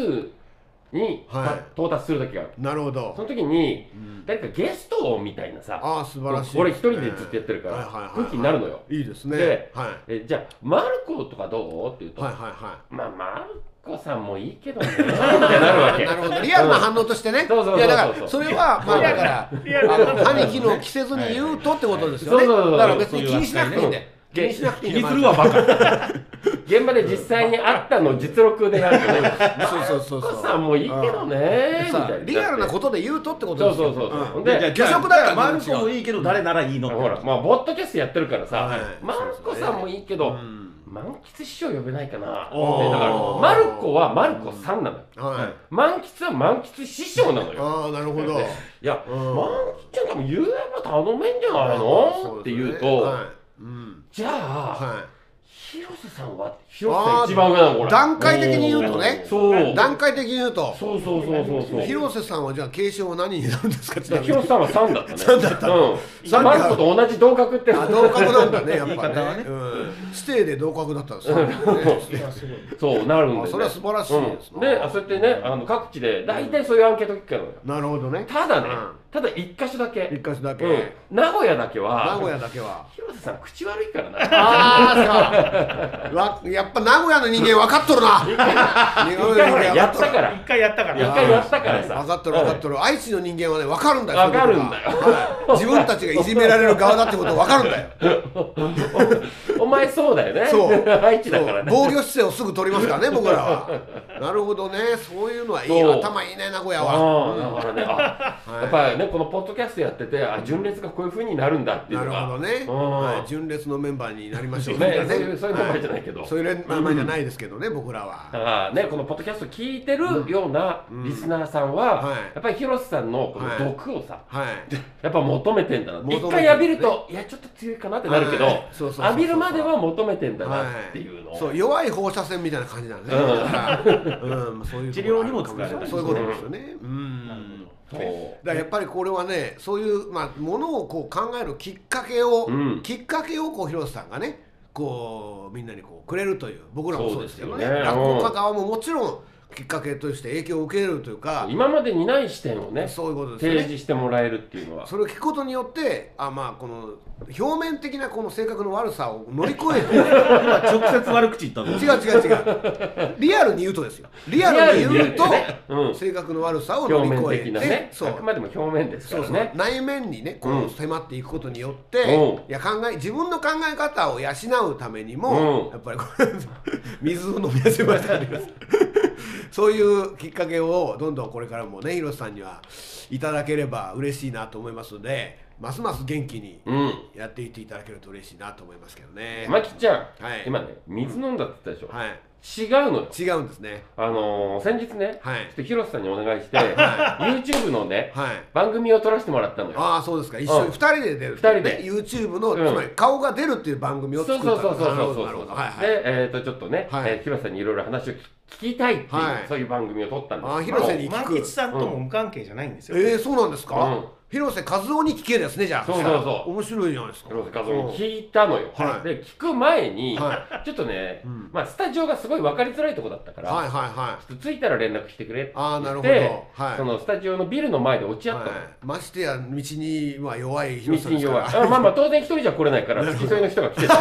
Speaker 2: に、
Speaker 3: はい
Speaker 2: 到達する時がある
Speaker 3: なるほ
Speaker 2: そ
Speaker 3: ど
Speaker 2: の時に誰かゲストをみたいなさ、
Speaker 3: ああ素晴らしいですね、
Speaker 2: 俺一人でずっとやってるから、
Speaker 3: はいはいはいはい
Speaker 2: 空気になるのよ、
Speaker 3: いいですね
Speaker 2: で
Speaker 3: はい
Speaker 2: えじゃあマルコとかどうって言うと、
Speaker 3: はいはいはい
Speaker 2: まあマルコさんもいいけど ねってなるわけ
Speaker 3: なるほどリアルな反応としてね。
Speaker 2: そうそうそうそう
Speaker 3: いやだからそれはまあだから
Speaker 4: リアルな反応
Speaker 3: あの歯に衣を着せずに言うとってことですよ
Speaker 2: はい
Speaker 3: ね。
Speaker 2: そうそうそう
Speaker 3: だから別に気にしなくていいんで
Speaker 2: そう
Speaker 3: 気にしなくていいん
Speaker 1: 気
Speaker 3: で。
Speaker 1: にするわバカ
Speaker 2: 現場で実際にあったのを実録でやるとね
Speaker 3: そうそうそう
Speaker 2: お
Speaker 3: そう
Speaker 2: 母さんもいいけどねみたい
Speaker 3: さ
Speaker 2: な
Speaker 3: リアルな
Speaker 2: と
Speaker 3: ことで言うとってこと
Speaker 2: そ
Speaker 3: で
Speaker 2: う
Speaker 3: すよ
Speaker 2: そうそうそう、ほん
Speaker 1: でじゃ
Speaker 2: で
Speaker 1: あじゃあ
Speaker 3: 魚食だったら
Speaker 1: じゃあマルコもいいけど誰ならいいのって
Speaker 2: ほらまあボットキャストやってるからさ、
Speaker 3: はい
Speaker 2: マルコさんもいいけど、
Speaker 3: うん
Speaker 2: 満喫師匠呼べないかな
Speaker 1: おー
Speaker 2: でだからマルコはマルコさんなのよ
Speaker 3: はい、
Speaker 1: はい
Speaker 2: 満喫は満喫師匠なのよ
Speaker 3: ああなるほど、
Speaker 2: ねいや、
Speaker 3: うん
Speaker 2: 満喫ちゃん多分言えば頼めんじゃないの、って言うと、
Speaker 3: はいうん
Speaker 2: じゃあ、
Speaker 3: は
Speaker 2: 広瀬さんは広瀬さん一番上なのこれ
Speaker 3: 段階的に言うとね
Speaker 2: そう
Speaker 3: い、段階的に言うと
Speaker 2: そうそうそうそうそう
Speaker 3: 広瀬さんはじゃあ継承は何になるんですかちなみに
Speaker 2: 広瀬さんは3だったね3だったうん
Speaker 3: 三
Speaker 2: マルコと同じ同格って
Speaker 3: あ同格なんだねやっ
Speaker 1: 言
Speaker 3: ぱ
Speaker 1: い方は
Speaker 3: ね
Speaker 1: ね
Speaker 3: うんステイで同格だったんですよね
Speaker 4: いやすごい
Speaker 2: そうなるんだよ、
Speaker 3: あ
Speaker 2: ね、
Speaker 3: それは素晴らしいです
Speaker 2: う
Speaker 3: ね
Speaker 2: ん、であそうやってねあの各地で大体そういうアンケート結果なのよ
Speaker 3: なるほどね
Speaker 2: ただね、
Speaker 3: うん
Speaker 2: ただ一箇所だけ、
Speaker 3: 一箇所だけ、
Speaker 2: うん、名古屋だけは
Speaker 3: 名古屋だけは
Speaker 2: 広瀬さん口悪いからな
Speaker 3: ああそうわやっぱ名古屋の人間分かっとるな名
Speaker 2: 一回
Speaker 3: 古
Speaker 2: ほら
Speaker 3: 屋の人間
Speaker 2: やった
Speaker 3: 分かっとる
Speaker 2: から
Speaker 4: 一回やったか
Speaker 2: 一
Speaker 4: ら
Speaker 2: 回やったからさ
Speaker 3: 分かっとる分かっとる愛知の人間はね分かるんだよ
Speaker 2: 分かるんだよ
Speaker 3: そういうことがはい自分たちがいじめられる側だってこと分かるんだよ
Speaker 2: お前そうだよね
Speaker 3: そう
Speaker 2: 愛知 だからね
Speaker 3: 防御姿勢をすぐ取りますからね僕ら はなるほどねそういうのはいい
Speaker 2: そう
Speaker 3: 頭いいね名古屋は
Speaker 2: ああだからねあ、
Speaker 3: はい
Speaker 2: やっぱりねこのポッドキャストやっててあ純烈がこういうふうになるんだっていう
Speaker 3: な
Speaker 2: の
Speaker 3: る
Speaker 2: が
Speaker 3: ほどね、
Speaker 2: うん
Speaker 3: はい、純烈のメンバーになりましょう
Speaker 2: ねそういうそういう名前じゃないけど、
Speaker 3: はいそういう名前じゃないですけどね、僕らは
Speaker 2: だからねこのポッドキャスト聞いてるようなリスナーさんは、
Speaker 3: うんはい
Speaker 2: やっぱり広瀬さんのこ
Speaker 3: は
Speaker 2: の
Speaker 3: い
Speaker 2: 毒をさ、
Speaker 3: はい
Speaker 2: やっぱ求めてんだなって
Speaker 3: 求めて
Speaker 2: 一
Speaker 3: る
Speaker 2: 回浴びるといやちょっと強いかなってなるけど、
Speaker 3: はいそうそうそうそう
Speaker 2: 浴びるまでは求めてんだなっていうのを、
Speaker 3: そう弱い放射線みたいな感じなんですね、うんうん、そういうところ
Speaker 1: 治療にも使える
Speaker 3: そういうことですよねうん
Speaker 2: そ
Speaker 3: だ
Speaker 2: う
Speaker 3: からやっぱりこれはねそういう、まあ、ものをこう考えるきっかけを、
Speaker 2: うん
Speaker 3: きっかけをこう広瀬さんがねこうみんなにこうくれるという僕らもそうですけどね
Speaker 2: そうですよね
Speaker 3: 落語家側ももちろんきっかけとして影響を受けるというか
Speaker 2: 今までにない視点をね
Speaker 3: そういうことですよ
Speaker 2: 提
Speaker 3: ね
Speaker 2: 示してもらえるっていうのは
Speaker 3: それを聞くことによってあまあこの表面的なこの性格の悪さを乗り越え て
Speaker 1: 今直接悪口言ったの
Speaker 3: 違う違う違うリアルに言うとですよリアルに言うと
Speaker 2: リアルに言うとねうん
Speaker 3: 性格の悪さを乗
Speaker 2: 表
Speaker 3: り
Speaker 2: 面
Speaker 3: 越えて
Speaker 2: 的なね
Speaker 3: そ
Speaker 2: あ
Speaker 3: う
Speaker 2: くまでも表面ですか
Speaker 3: そう
Speaker 2: ら
Speaker 3: そう
Speaker 2: ね
Speaker 3: 内面にねこ
Speaker 2: うん
Speaker 3: う迫っていくことによって、
Speaker 2: うん
Speaker 3: いや考え自分の考え方を養うためにも、
Speaker 2: うん
Speaker 3: やっぱりこれ 水を飲み始めましたけど そういうきっかけをどんどんこれからもね広瀬さんにはいただければ嬉しいなと思いますのでますます元気に
Speaker 2: うん
Speaker 3: やっていっていただけると嬉しいなと思いますけどね。
Speaker 2: まきちゃん、
Speaker 3: はい
Speaker 2: 今ね水飲んだって言ったでしょ、
Speaker 3: はい、
Speaker 2: 違うのよ
Speaker 3: 違うんですね。
Speaker 2: あのー先日ね、
Speaker 3: はい
Speaker 2: ちょっと広瀬さんにお願いして、YouTube のね
Speaker 3: はい
Speaker 2: 番組を撮らせてもらったのよ
Speaker 3: ああそうですか一緒
Speaker 2: うん
Speaker 3: に2人で出る、ね、
Speaker 2: 二人で
Speaker 3: YouTube の、
Speaker 2: うん
Speaker 3: つまり顔が出るっていう番組
Speaker 2: そう
Speaker 3: を
Speaker 2: そ
Speaker 3: 作
Speaker 2: う
Speaker 3: った
Speaker 2: そうそうそうそうそう、
Speaker 3: なるほどなるほどはいは
Speaker 2: で
Speaker 3: い
Speaker 2: えっ、とちょっとね、
Speaker 3: はい
Speaker 2: えー広瀬さんにいろいろ話を聞きたいっていう、
Speaker 3: はい
Speaker 2: そういう番組を撮ったんです
Speaker 3: あー広瀬に
Speaker 4: 満喫さんとも無関係じゃないんですよ、
Speaker 3: えー、そうなんですか、
Speaker 2: うん
Speaker 3: 広瀬和夫に聞けですねじゃあ
Speaker 2: そうそうそう
Speaker 3: 面白いじゃないですか
Speaker 2: 広瀬和夫に聞いたのよ、
Speaker 3: はい
Speaker 2: で聞く前に、
Speaker 3: は
Speaker 2: ちょっとね、
Speaker 3: うん
Speaker 2: まあ、スタジオがすごい分かりづらいとこだったから、
Speaker 3: はいはいはい
Speaker 2: ちょっと着いたら連絡してくれって
Speaker 3: ああなる
Speaker 2: 言っ
Speaker 3: ほ
Speaker 2: て
Speaker 3: どはい
Speaker 2: そのスタジオのビルの前で落ち合ったの、
Speaker 3: はい、ましてや道には弱い
Speaker 2: 道
Speaker 3: 広瀬さん
Speaker 2: に
Speaker 3: ですか
Speaker 2: 弱い
Speaker 3: ら
Speaker 2: あまあまあ 当然一人じゃ来れないから付き添いの人が来てた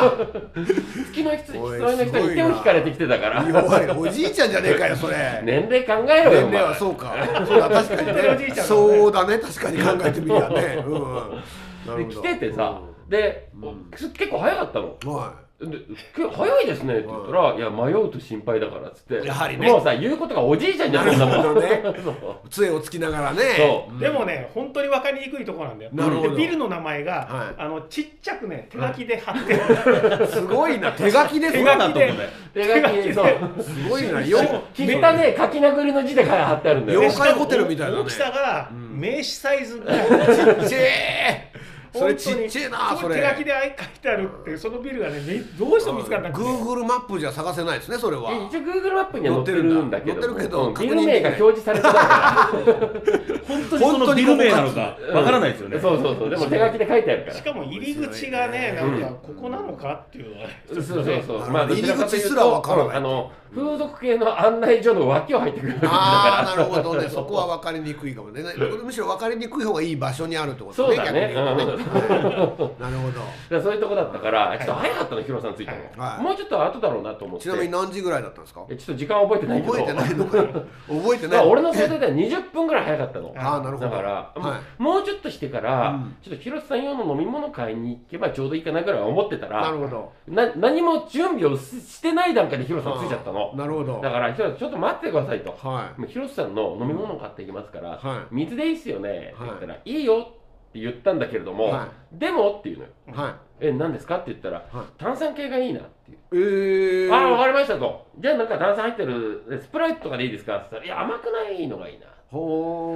Speaker 2: 付き添いの人付き
Speaker 3: お
Speaker 2: 添
Speaker 3: い
Speaker 2: いの人に手を引かれてきてたから
Speaker 3: 弱いおじいちゃんじゃねえかよそれ、
Speaker 2: 年齢考えろ
Speaker 3: 年
Speaker 2: よお前
Speaker 3: 齢はそうかそうだ確かに
Speaker 4: おじい
Speaker 3: ね
Speaker 4: ちゃんだね
Speaker 3: そうだね確かに考えてみりゃねうんうんなる
Speaker 2: で来
Speaker 3: ほど
Speaker 2: ててさ、で、結構早かったの
Speaker 3: うんは
Speaker 2: でけ早いですねって言ったら、い、や迷うと心配だからっつって
Speaker 3: やはりね
Speaker 2: もうさ言うことがおじいちゃんじゃんだ も
Speaker 3: なるほ
Speaker 2: ん
Speaker 3: どね
Speaker 2: そう
Speaker 3: い杖をつきながらね
Speaker 2: そ
Speaker 4: でもね本当に分かりにくいところなんだよ
Speaker 3: なるほど
Speaker 4: でビルの名前が、
Speaker 3: はい
Speaker 4: あのちっちゃくね手書きで貼ってる、
Speaker 3: すごいな手書きで
Speaker 4: 手書きで
Speaker 3: そうなんだ
Speaker 1: と思うんだよ
Speaker 2: 手書きにそう
Speaker 3: すごいなよ
Speaker 2: 汚ね書き殴りの字で貼ってあるんだよ
Speaker 3: 妖
Speaker 4: で
Speaker 3: よ
Speaker 4: しか
Speaker 3: 怪
Speaker 4: も
Speaker 3: ホテルみたいなね
Speaker 4: 大きさが
Speaker 3: ん
Speaker 4: 名刺サイズぐらい
Speaker 3: ちっちゃえそれちっちゃいなそ
Speaker 4: 本当に
Speaker 3: れ
Speaker 4: 手書きで書いてあるってそのビルがねめどうしても見つからなくて
Speaker 3: Google マップじゃ探せないですねそれは
Speaker 2: で一応 Google マップには載ってるんだけど
Speaker 3: 載ってるけど
Speaker 2: うん
Speaker 3: 確
Speaker 2: ビ
Speaker 3: 認
Speaker 2: ル名が表示されてないか
Speaker 1: 本当にそのビル名なのか
Speaker 2: ら
Speaker 1: わからないですよね、
Speaker 2: うんそうそうそうでも手書きで書いてあるから
Speaker 4: しかも入り口が
Speaker 3: 面
Speaker 4: ねな
Speaker 3: 白い
Speaker 4: ん
Speaker 3: ね
Speaker 4: かここなのかっていうのはね
Speaker 2: そうそうそう、
Speaker 3: なるほど
Speaker 2: まあどちらかというと
Speaker 3: 入り口すらわからない
Speaker 2: うんあの風俗系の案内所の脇を入ってくるわけだから
Speaker 3: ああな るほどねそこは分かりにくいかもねむしろ分かりにくい方がいい場所にあるってこと
Speaker 2: そう
Speaker 3: ね
Speaker 2: だね
Speaker 3: 逆に言うとねなるほど
Speaker 2: だからそういうとこだったから、ちょっと早かったの、ヒロさんついたの、
Speaker 3: はい
Speaker 2: もうちょっと後だろうなと思って。
Speaker 3: ちなみに何時ぐらいだったんですか
Speaker 2: えちょっと時間覚えてないけど。
Speaker 3: 覚えてないのかよ覚えて
Speaker 2: だか
Speaker 3: な
Speaker 2: ら
Speaker 3: い
Speaker 2: 俺の想定では20分ぐらい早かったの。
Speaker 3: ああなるほど
Speaker 2: だから、
Speaker 3: は
Speaker 2: もうちょっとしてから、
Speaker 3: うん
Speaker 2: ちょっと広瀬さん用の飲み物買いに行けばちょうどいいかなぐらいは思ってた
Speaker 3: いな
Speaker 2: ら
Speaker 3: るほど
Speaker 2: な何も準備をししてない段階で広瀬さんついちゃったの
Speaker 3: なるほど
Speaker 2: だから広瀬さんちょっと待ってくださいと
Speaker 3: はい
Speaker 2: もう広瀬さんの飲み物買っていきますから、
Speaker 3: は
Speaker 2: 水でいいっすよねって
Speaker 3: はい
Speaker 2: 言ったら、い、いよって言ったんだけれども、
Speaker 3: は
Speaker 2: でもっていうのよ
Speaker 3: いはい
Speaker 2: え何ですかって言ったら、
Speaker 3: は
Speaker 2: 炭酸系がいいなっていう
Speaker 3: えー、
Speaker 2: ああ、わかりましたと。じゃあ、なんか炭酸入ってるスプライトとかでいいですかって言ったら、いや、甘くないのがいいな。
Speaker 3: ほ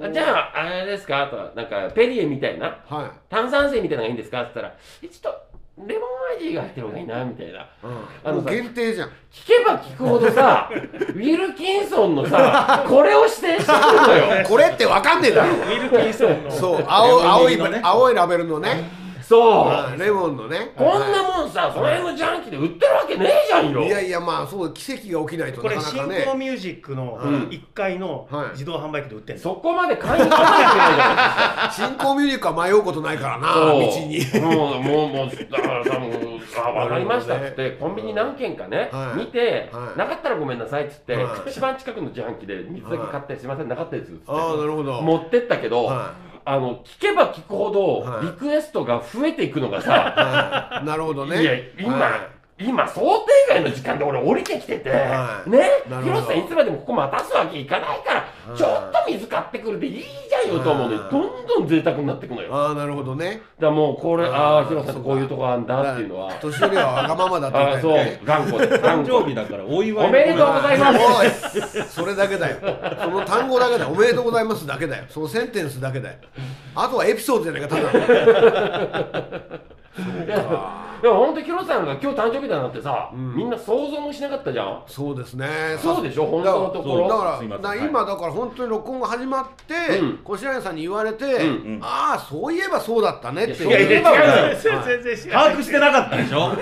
Speaker 3: ー
Speaker 2: あじゃあ、あれですかとか、なんか、ペリエみたいな、
Speaker 3: はい、
Speaker 2: 炭酸水みたいなのがいいんですかって言ったら、えちょっと、レモン味が入ってる方がいいな、みたいな。
Speaker 3: うん、
Speaker 2: あ
Speaker 3: も
Speaker 2: の
Speaker 3: う
Speaker 2: さ
Speaker 3: 限定じゃん
Speaker 2: 聞けば聞くほどさ、ウィルキンソンのさ、これを指定してくるのよ。
Speaker 3: これってわかんねえだろ
Speaker 4: ウ ィルキンソンの
Speaker 3: そう青青い
Speaker 1: レモン入りのね
Speaker 3: 青いラベルのね
Speaker 2: そう。
Speaker 3: レモンのね
Speaker 2: こんなもんさ、その辺のジャンキーで売ってるわけねえじゃんよ。
Speaker 3: いやいやまあそう奇跡が起きないと
Speaker 4: こ
Speaker 3: な
Speaker 4: れ
Speaker 3: かな
Speaker 4: シ
Speaker 3: か
Speaker 4: ン
Speaker 3: ね
Speaker 4: クロミュージックの
Speaker 3: うん
Speaker 4: 1階の
Speaker 3: はい
Speaker 4: 自動販売機で売ってるんです
Speaker 2: そこまで感じたないけないじゃん。
Speaker 3: 新興ミュージックは迷うことないからな道
Speaker 2: そう
Speaker 3: に
Speaker 2: もうもうもうだからさもうあ分かりましたっつって、コンビニ何軒かね、
Speaker 3: はい
Speaker 2: 見て、
Speaker 3: はい
Speaker 2: なかったらごめんなさいっつって、
Speaker 3: はい
Speaker 2: 一番近くの自販機で水だけ買って、すいませんなかったですっつって
Speaker 3: ああなるほど
Speaker 2: 持ってったけど、
Speaker 3: は
Speaker 2: あの聞けば聞くほど、
Speaker 3: はい
Speaker 2: リクエストが増えていくのが
Speaker 3: い
Speaker 2: さ、
Speaker 3: はいなるほどね
Speaker 2: いや今、
Speaker 3: は
Speaker 2: 今想定外の時間で俺降りてきてて、
Speaker 3: はい
Speaker 2: ね
Speaker 3: なるほど
Speaker 2: 広瀬さんいつまでもここ待たすわけいかないから、
Speaker 3: い
Speaker 2: ちょっと水買ってくるでいいじゃんよと思うのに、
Speaker 3: はい
Speaker 2: どんどん贅沢になってくのよ。
Speaker 3: ああなるほどね
Speaker 2: だからもうこれ
Speaker 3: あー
Speaker 2: ああヒロさん
Speaker 3: そ
Speaker 2: って
Speaker 3: うか
Speaker 2: こういうとこあんだっていうのは
Speaker 3: 年寄りはわがままだ
Speaker 2: あ
Speaker 3: って言
Speaker 2: あー
Speaker 3: ったよ
Speaker 2: そう
Speaker 3: ね
Speaker 2: 頑固 で
Speaker 1: 誕
Speaker 2: 頑固
Speaker 1: 生日だからお祝い
Speaker 2: おめでとうご
Speaker 1: の
Speaker 2: ざいます
Speaker 3: おいそれだけだよその単語だけだよおめでとうございますだけだよそのセンテンスだけだよあとはエピソードじゃないかただの
Speaker 2: いやでも本当ヒロさんが今日誕生日だなんてさ、
Speaker 3: ん
Speaker 2: みんな想像もしなかったじゃん
Speaker 3: そうですね
Speaker 2: そうでしょ本当のとこ
Speaker 1: そう
Speaker 2: ろ
Speaker 3: だ
Speaker 2: だ
Speaker 3: か
Speaker 1: すい
Speaker 3: ら
Speaker 1: ません
Speaker 3: だ
Speaker 1: はい
Speaker 3: 今だから本当に録音が始まって、
Speaker 2: うん
Speaker 3: こしらえさんに言われ
Speaker 2: ん
Speaker 3: て、
Speaker 1: うん
Speaker 3: ああそういえばそうだったねって
Speaker 2: いやいや
Speaker 3: いう
Speaker 2: いや違う
Speaker 4: よ全然知らない
Speaker 1: 把握してなかったでしょ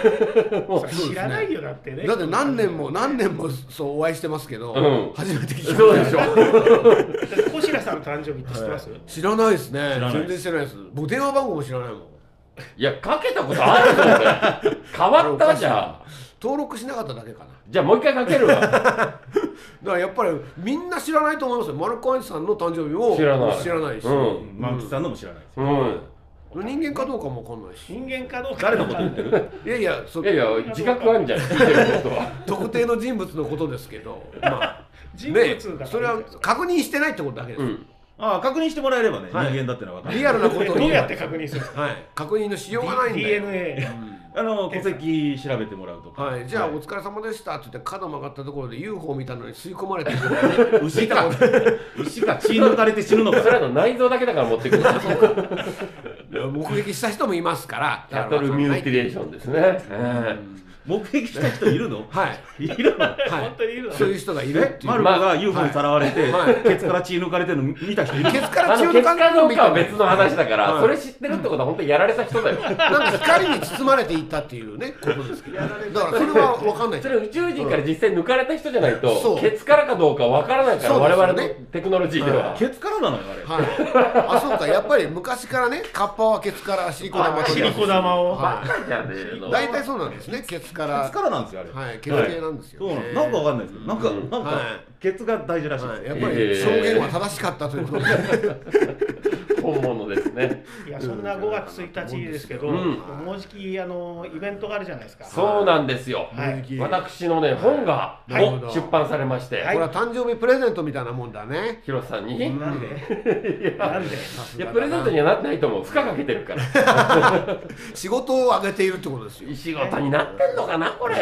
Speaker 4: 知らないよだってね
Speaker 3: だって何年も何年もそうお会いしてますけど、
Speaker 2: うん
Speaker 3: 初めて聞いた
Speaker 2: そうでしょ
Speaker 4: だって小白さんの誕生日って知ってます
Speaker 3: 知らないですね
Speaker 1: 知らない
Speaker 3: 全然知らないです僕電話番号も知らないもん
Speaker 2: いやかけたことあるぞ 俺変わったじゃ
Speaker 3: 登録しなかっただけかなだか
Speaker 2: んじゃあもう一回かけるわ
Speaker 3: らやっぱりみんな知らないと思いますよマルコアンチさんの誕生日も
Speaker 2: 知らない
Speaker 3: 知らないし、
Speaker 2: うん
Speaker 1: マンキさんのも知らないですよ
Speaker 2: うん
Speaker 3: 人間かどうかもわかんないし
Speaker 4: 人間かどうか
Speaker 1: 誰のこと言ってる
Speaker 3: いやいやそう
Speaker 2: いやいや自覚あるんじゃん聞いてることは
Speaker 3: 特定の人物のことですけどまあ
Speaker 4: 人物だからいいんだ
Speaker 3: ね
Speaker 4: よ
Speaker 3: それは確認してないってことだけです、
Speaker 2: うん
Speaker 1: ああ確認してもらえればね、
Speaker 3: はい
Speaker 1: 人間だってのは分かる
Speaker 3: リアルなことを
Speaker 4: ど
Speaker 3: 言え
Speaker 4: う
Speaker 3: ば
Speaker 4: やって確認するんですか
Speaker 3: はい、確認のしようがないんだよ、
Speaker 4: DNA
Speaker 1: あの戸籍調べてもらうとか、
Speaker 3: はい、じゃあ、お疲れ様でしたって言って角曲がったところで UFO 見たのに吸い込ま れてくる
Speaker 1: 牛か牛か血抜かれて死ぬのか
Speaker 2: そ れらの内臓だけだから持ってく るキ
Speaker 3: 目撃した人もいますから
Speaker 2: ャトルミューティレーションですね、え
Speaker 1: 目撃した人いるの
Speaker 3: はい、
Speaker 1: いるの
Speaker 3: は
Speaker 4: 本当にいる
Speaker 3: い、
Speaker 4: の
Speaker 3: そういう人がいるっていう、
Speaker 1: マルコが UFO にさらわれて、
Speaker 3: はい
Speaker 1: ケツから血抜かれてるの見た人いる
Speaker 3: ケツか
Speaker 2: あ
Speaker 3: ら血
Speaker 2: の
Speaker 3: を
Speaker 2: 結
Speaker 3: 抜か
Speaker 2: 果
Speaker 3: れて
Speaker 2: ど
Speaker 3: る
Speaker 2: う
Speaker 3: み
Speaker 2: かは
Speaker 3: た
Speaker 2: い
Speaker 3: な
Speaker 2: 別の話だから、
Speaker 3: はい
Speaker 2: それ知ってるってことは本当にやられた人だよ
Speaker 3: なんか光に包まれていったっていうねことですけどだからそれは分かんな い
Speaker 2: それ宇宙人から実際抜かれた人じゃない
Speaker 3: そ
Speaker 2: と
Speaker 3: う
Speaker 2: ケツからかどうかわからないから、
Speaker 3: そうです
Speaker 2: 我
Speaker 3: よね
Speaker 2: 々のテクノロジーでは、
Speaker 1: ケツからなのよあれ、
Speaker 3: はい、あそうかやっぱり昔からねカッパはケツからシリコ玉
Speaker 4: シ
Speaker 3: 取り
Speaker 4: リ
Speaker 3: 出す
Speaker 4: コ玉を
Speaker 3: は
Speaker 2: じゃねえ
Speaker 3: い
Speaker 2: の
Speaker 3: 大体そうなんですねケツか
Speaker 1: ケ
Speaker 3: ら
Speaker 1: ツからなんですよあれ、
Speaker 3: はいケツ系なんですよ、
Speaker 1: そう
Speaker 3: ね
Speaker 1: なのなんかわかんないですけどなんか、
Speaker 2: うん
Speaker 1: なんか、
Speaker 3: は
Speaker 1: ケツが大事らしいです、
Speaker 3: はい、やっぱり証言は正しかったということで、
Speaker 2: 本物ですね
Speaker 4: いやそんな5月1日ですけど、
Speaker 2: うん
Speaker 4: もうじきあのイベントがあるじゃないですか。
Speaker 2: そうなんですよ、
Speaker 4: はい
Speaker 3: もうじき
Speaker 2: 私のね本が、
Speaker 3: なるほど
Speaker 2: お出版されまして、
Speaker 3: こ
Speaker 4: は
Speaker 3: れは誕生日プレゼントみたいなもんだね。
Speaker 2: ヒロさんに、い
Speaker 4: なんで？なんで？
Speaker 2: やプレゼントにはなってないと思う負荷かけてる から
Speaker 3: 仕事をあげているってことですよ。
Speaker 2: 仕事になってんのかなこれ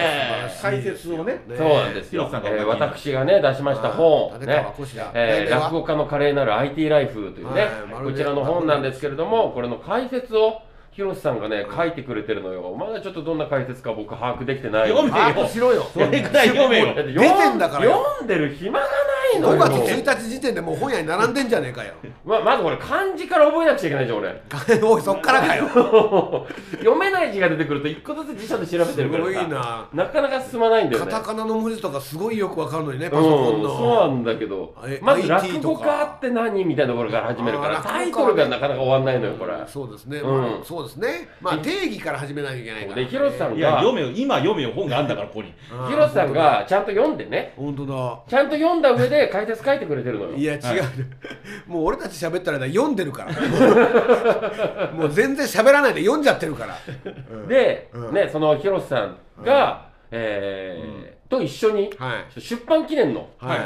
Speaker 1: 解説をね
Speaker 2: そうなんです
Speaker 1: ヒ
Speaker 2: よ
Speaker 1: ロ、さんがお書き
Speaker 2: え
Speaker 1: に
Speaker 2: ー
Speaker 1: なった
Speaker 2: 私がね出しました本
Speaker 3: 立
Speaker 2: ね
Speaker 3: 川こしら。
Speaker 2: えー
Speaker 3: では
Speaker 2: 落語家の華麗なる IT ライフというね、
Speaker 3: はいまるで
Speaker 2: こちらの本なんですけれども、これの解説を広瀬さんがね、書いてくれてるのよ。まだちょっとどんな解説か僕把握できてない。
Speaker 1: 読め
Speaker 3: あ
Speaker 1: よ
Speaker 3: しろよ。
Speaker 1: それくらい読めよ
Speaker 2: だって
Speaker 3: 出てんだからよ
Speaker 2: 読んでる暇がないの
Speaker 3: 5
Speaker 2: よ
Speaker 3: 月1日時点でもう本屋に並んでんじゃねえかよ
Speaker 2: ままずこれ漢字から覚えなくちゃいけないじゃん俺
Speaker 3: おいそっからかよ
Speaker 2: 読めない字が出てくると一個ずつ辞書で調べて
Speaker 3: す
Speaker 2: るからさ
Speaker 3: ごいな
Speaker 2: なかなか進まないんだよ
Speaker 3: カ
Speaker 2: ね
Speaker 3: タカナの文字とかすごいよくわかるのにねパ
Speaker 2: うん
Speaker 3: ソコンの、
Speaker 2: そうなんだけど
Speaker 3: え
Speaker 2: まず
Speaker 3: IT
Speaker 2: 落語家って何みたいなところから始めるから
Speaker 3: あー落語家
Speaker 2: タ
Speaker 3: はね
Speaker 2: イトルがなかなか終わんないのよこれ
Speaker 3: そうですね、
Speaker 2: うん
Speaker 3: まあ、そうですねまあ定義から始めなきゃいけないから、ね、
Speaker 2: で広瀬さん
Speaker 1: いや
Speaker 2: が
Speaker 1: 読めよ今読めよ本があんだからここに
Speaker 3: あー
Speaker 2: 広瀬さんがちゃんと読んでね
Speaker 3: 本当だ
Speaker 2: ちゃんと読んだ上で解説書いてくれてるの
Speaker 3: い
Speaker 2: よ
Speaker 3: や
Speaker 1: は
Speaker 3: 違う、
Speaker 1: い
Speaker 3: もう俺たち喋ったら読んでるから もう全然喋らないで読んじゃってるから、うん
Speaker 2: で
Speaker 3: うん
Speaker 2: ねその広瀬さんがえーと一緒に
Speaker 3: はい
Speaker 2: 出版記念の
Speaker 3: はい、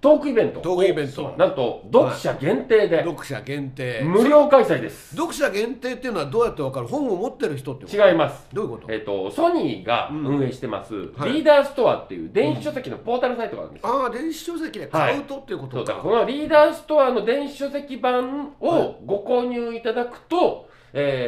Speaker 2: トークイベント
Speaker 3: トークイベント
Speaker 2: なんと読者限定で
Speaker 3: 読者限定
Speaker 2: 無料開催です
Speaker 3: 読者限定っていうのはどうやって分かる本を持ってる人ってこと
Speaker 2: 違います
Speaker 3: どういうこと
Speaker 2: えっとソニーが運営してます、
Speaker 3: はい
Speaker 2: リーダーストアっていう電子書籍のポータルサイトがあるんですよ、
Speaker 3: ああ電子書籍で買うとっていうこ
Speaker 2: そ
Speaker 3: と
Speaker 2: うだ
Speaker 3: か、
Speaker 2: このリーダーストアの電子書籍版をご購入いただくと、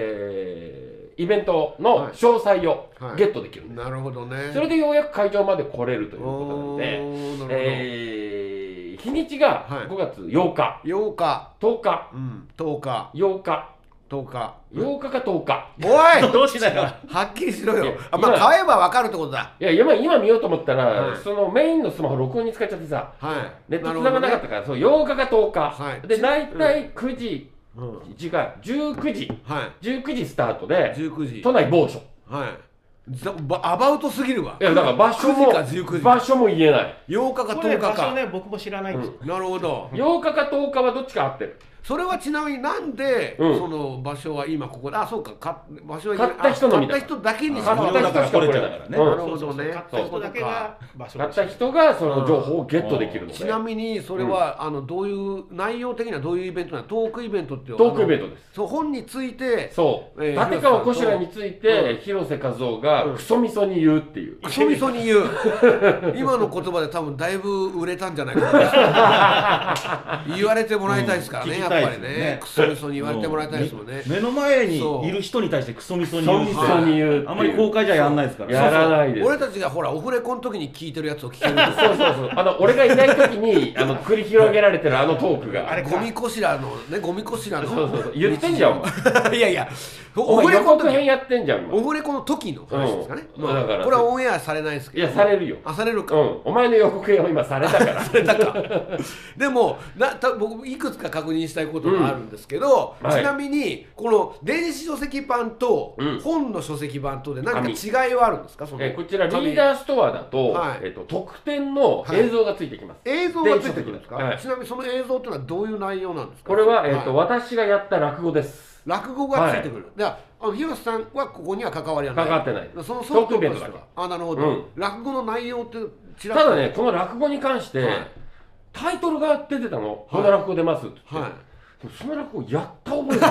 Speaker 2: えーイベントの詳細を
Speaker 3: はい
Speaker 2: ゲットできるんです、
Speaker 3: なるほどね
Speaker 2: それでようやく会場まで来れるということなので、
Speaker 3: おーなるほど、
Speaker 2: えー日にちが
Speaker 3: はい
Speaker 2: 5月8日、
Speaker 3: 8日、
Speaker 2: 10日
Speaker 3: うん、10日
Speaker 2: 8日
Speaker 3: 10日
Speaker 2: 8日か10日
Speaker 3: お い
Speaker 1: どうしないよ
Speaker 3: はっきりしろ
Speaker 2: いや
Speaker 3: よ。あまあ、
Speaker 2: 今
Speaker 3: 買えばわかるってことだ。
Speaker 2: いや今今見ようと思ったら、
Speaker 3: はい
Speaker 2: そのメインのスマホ録音に使っちゃってさ
Speaker 3: はい。
Speaker 2: ネット繋がんなかったから、そう8日か10日、
Speaker 3: はい
Speaker 2: で大体9時、
Speaker 3: た。うん。
Speaker 2: 時間19時
Speaker 3: は
Speaker 2: 19時スタートで
Speaker 3: い。19時。
Speaker 2: 都内某所
Speaker 3: はい。ざばアバウトすぎるわ。
Speaker 2: いやだから場所も
Speaker 3: 9時か19時
Speaker 2: 場所も言えない
Speaker 3: 8日か
Speaker 4: こ
Speaker 3: 10
Speaker 4: れ
Speaker 3: 日
Speaker 4: 場所
Speaker 3: か。
Speaker 4: ね僕も知らないんですよ、
Speaker 3: なるほど。
Speaker 2: 8日か10日はどっちか合ってる
Speaker 3: それはちなみになんで、
Speaker 2: うん
Speaker 3: その場所は今ここだ。あ、そうか。か場所は
Speaker 2: 買った人のみ
Speaker 3: あ
Speaker 2: たい
Speaker 3: 買っ
Speaker 2: な
Speaker 3: た人だけにし
Speaker 1: あ
Speaker 3: か
Speaker 1: 無料だから来れちゃうからね
Speaker 2: うん
Speaker 3: なるほどね
Speaker 4: 買った人だけが場所
Speaker 2: 買
Speaker 4: で
Speaker 2: っ
Speaker 4: した
Speaker 2: た人がその情報をゲットできるので
Speaker 3: ちなみにそれは、あのどういう内容的にはどういうイベントなのトークイベントっていう
Speaker 2: トークイベン
Speaker 3: ト
Speaker 2: トです
Speaker 3: そう本について
Speaker 2: そう、
Speaker 3: えー
Speaker 2: 立川こしらについて、
Speaker 3: う
Speaker 2: 広瀬和夫がクソみそに言うっていう、
Speaker 3: クソみそに言う今の言葉で多分だいぶ売れたんじゃないかな言われてもらいたいですからね、
Speaker 1: うん聞き
Speaker 3: やっぱ
Speaker 1: たい
Speaker 3: り
Speaker 1: です
Speaker 3: ね
Speaker 1: ね
Speaker 3: クソみそに言われてもらいたいですもんね
Speaker 1: 目の前にいる人に対してクソみそ
Speaker 2: ク
Speaker 1: に
Speaker 2: ソ
Speaker 1: 言う
Speaker 2: み
Speaker 1: って
Speaker 2: そに言うっていう
Speaker 1: あんまり公開じゃやんないですから
Speaker 2: やらないです
Speaker 3: 俺たちがほらオフレコの時に聞いてるやつを聞けるんですよ
Speaker 2: そうそうそうあの俺がいない時にあの繰り広げられて るあのトークが
Speaker 4: あれ
Speaker 3: ゴミこしらのねゴミこしらの
Speaker 2: そうそうそう言ってんじゃんお前
Speaker 3: いやいや
Speaker 2: お
Speaker 3: オフ
Speaker 2: 前
Speaker 3: レ
Speaker 2: 予
Speaker 3: コの
Speaker 2: 告編
Speaker 3: 時
Speaker 2: やってんじゃん今
Speaker 3: オフレコの時の話ですかね、
Speaker 2: うん
Speaker 3: まあ、
Speaker 2: だから
Speaker 3: これはオンエアされないです
Speaker 2: い
Speaker 3: けど
Speaker 2: やされるよ
Speaker 3: あされるか、
Speaker 2: うん、お前の予告編を今されたから。
Speaker 3: でもなた僕いくつか確認したいことがあるんですけど、
Speaker 2: うんはい
Speaker 3: ちなみにこの電子書籍版と
Speaker 2: うん
Speaker 3: 本の書籍版とで何か
Speaker 2: 紙
Speaker 3: 違いはあるんですかその
Speaker 2: えこちらリ
Speaker 3: 紙
Speaker 2: ーダーストアだと、
Speaker 3: はい
Speaker 2: えっと特典の映像がついてきます。
Speaker 3: 映像がついてくるんですか、
Speaker 2: 電子書籍はい
Speaker 3: ちなみにその映像っていうのはどういう内容なんですか
Speaker 2: これは、えっと
Speaker 3: い
Speaker 2: 私がやった落語です。
Speaker 3: 落語がついてくる、であの広瀬さんはここには関わりはな
Speaker 2: か
Speaker 3: い
Speaker 2: かってない。
Speaker 3: その
Speaker 2: トークイベン
Speaker 3: と
Speaker 2: ト
Speaker 3: し
Speaker 2: だ
Speaker 3: て
Speaker 2: け
Speaker 3: は。あなるほど、
Speaker 2: うん
Speaker 3: 落語の内容ってち
Speaker 2: た
Speaker 3: らっと
Speaker 2: だね、この落語に関して、
Speaker 3: はい
Speaker 2: タイトルが出てたの。
Speaker 3: はい
Speaker 2: この落語出ますって言って。
Speaker 3: はい
Speaker 2: その落語やった覚えが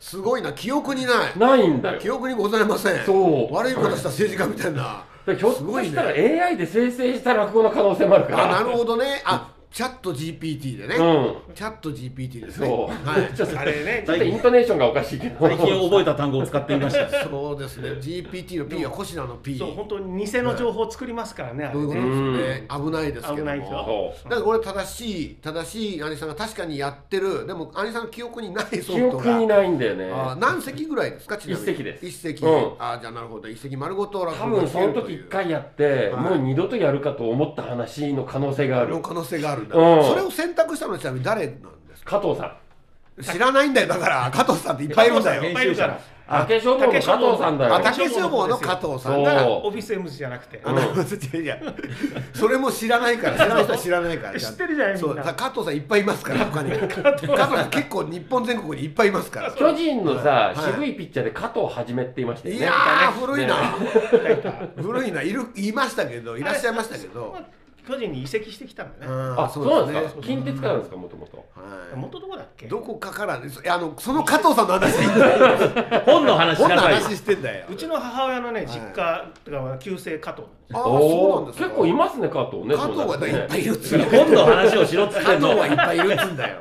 Speaker 3: すごいな記憶にない
Speaker 2: ないんだよ。
Speaker 3: 記憶にございません
Speaker 2: そう
Speaker 3: 悪いことした政治家みたいな
Speaker 2: でひょっとしたら AI で生成した落語の可能性もあるか
Speaker 3: あな
Speaker 2: ら。
Speaker 3: るほどねあチャット GPT でね、
Speaker 2: うん。
Speaker 3: チャット GPT ですね
Speaker 2: そう。
Speaker 3: はい
Speaker 2: ちょっと
Speaker 4: あれね
Speaker 2: ちょっとイントネーションがおかしいけど。
Speaker 1: 最近覚えた単語を使ってみました
Speaker 3: そうですね GPT の P はコシナの P
Speaker 4: そう本当に偽の情報を作りますからね、あ
Speaker 3: ど
Speaker 4: れ
Speaker 3: ういうこと
Speaker 4: ね
Speaker 3: ですね危ないですけど
Speaker 4: 危ないです
Speaker 3: も
Speaker 4: よ
Speaker 2: そう
Speaker 3: だからこれ正しい正しい兄さんが確かにやってるでも兄さんの記憶にないソ
Speaker 2: 記
Speaker 3: フト
Speaker 2: 憶に
Speaker 3: が
Speaker 2: ないんだよね。
Speaker 3: あ何席ぐらいですかちなみに
Speaker 2: 一席です
Speaker 3: 一席、
Speaker 2: うん
Speaker 3: あじゃあなるほど一席丸ごと
Speaker 2: 多分その時一回やって、
Speaker 3: はい
Speaker 2: もう二度とやるかと思った話の可能性があ
Speaker 3: の
Speaker 2: る
Speaker 3: 可能性があるん
Speaker 2: うん
Speaker 3: だ、それを選択したのはちなみに誰なんです
Speaker 2: 加藤さん
Speaker 3: か知らないんだよ だから加藤さんっていっぱいいるんだよ
Speaker 4: 加藤さんいっぱいいるから
Speaker 2: 竹書房の加藤さんだよ
Speaker 3: あ
Speaker 4: 竹
Speaker 3: 竹消防の加藤さん
Speaker 2: そ
Speaker 3: が
Speaker 2: う
Speaker 4: オフィス M じゃなくて、
Speaker 3: あの、いやいやそれも知らないから知らない人は知らないから
Speaker 4: 知ってるじゃない
Speaker 3: そ
Speaker 4: み
Speaker 3: うん
Speaker 4: な
Speaker 3: だ加藤さんいっぱいいますから他に加藤さん結構日本全国にいっぱいいますから
Speaker 2: 巨人のさ、
Speaker 3: はい
Speaker 2: 渋いピッチャーで加藤はじめって言いましたよ
Speaker 3: い
Speaker 2: ね
Speaker 3: やー古いな、
Speaker 4: ね
Speaker 3: 古いないるいましたけ どいらっしゃいましたけど
Speaker 4: まあ巨人に移籍してきたんだね、
Speaker 2: あ
Speaker 3: あ
Speaker 2: そうなんです
Speaker 3: ね
Speaker 2: か近鉄からですかもともと
Speaker 3: は
Speaker 4: 元どこだっ
Speaker 3: い
Speaker 4: け
Speaker 3: どこかからねそいやあのその加藤さんの話してんだよ
Speaker 1: 本の話し
Speaker 3: 本の
Speaker 1: なさいよ
Speaker 3: 話してんだよ
Speaker 4: うちの母親のね実家とか旧姓加藤
Speaker 3: ああそうなんですか
Speaker 2: 結構いますね加藤ね
Speaker 3: 加藤
Speaker 2: そうな
Speaker 3: は
Speaker 2: んで
Speaker 3: い
Speaker 2: すね
Speaker 3: っぱいいるっつうの
Speaker 1: 本の話をしろっつっ
Speaker 3: 加
Speaker 1: てん
Speaker 3: 藤
Speaker 1: の
Speaker 3: はいっぱいいるっつうんだよ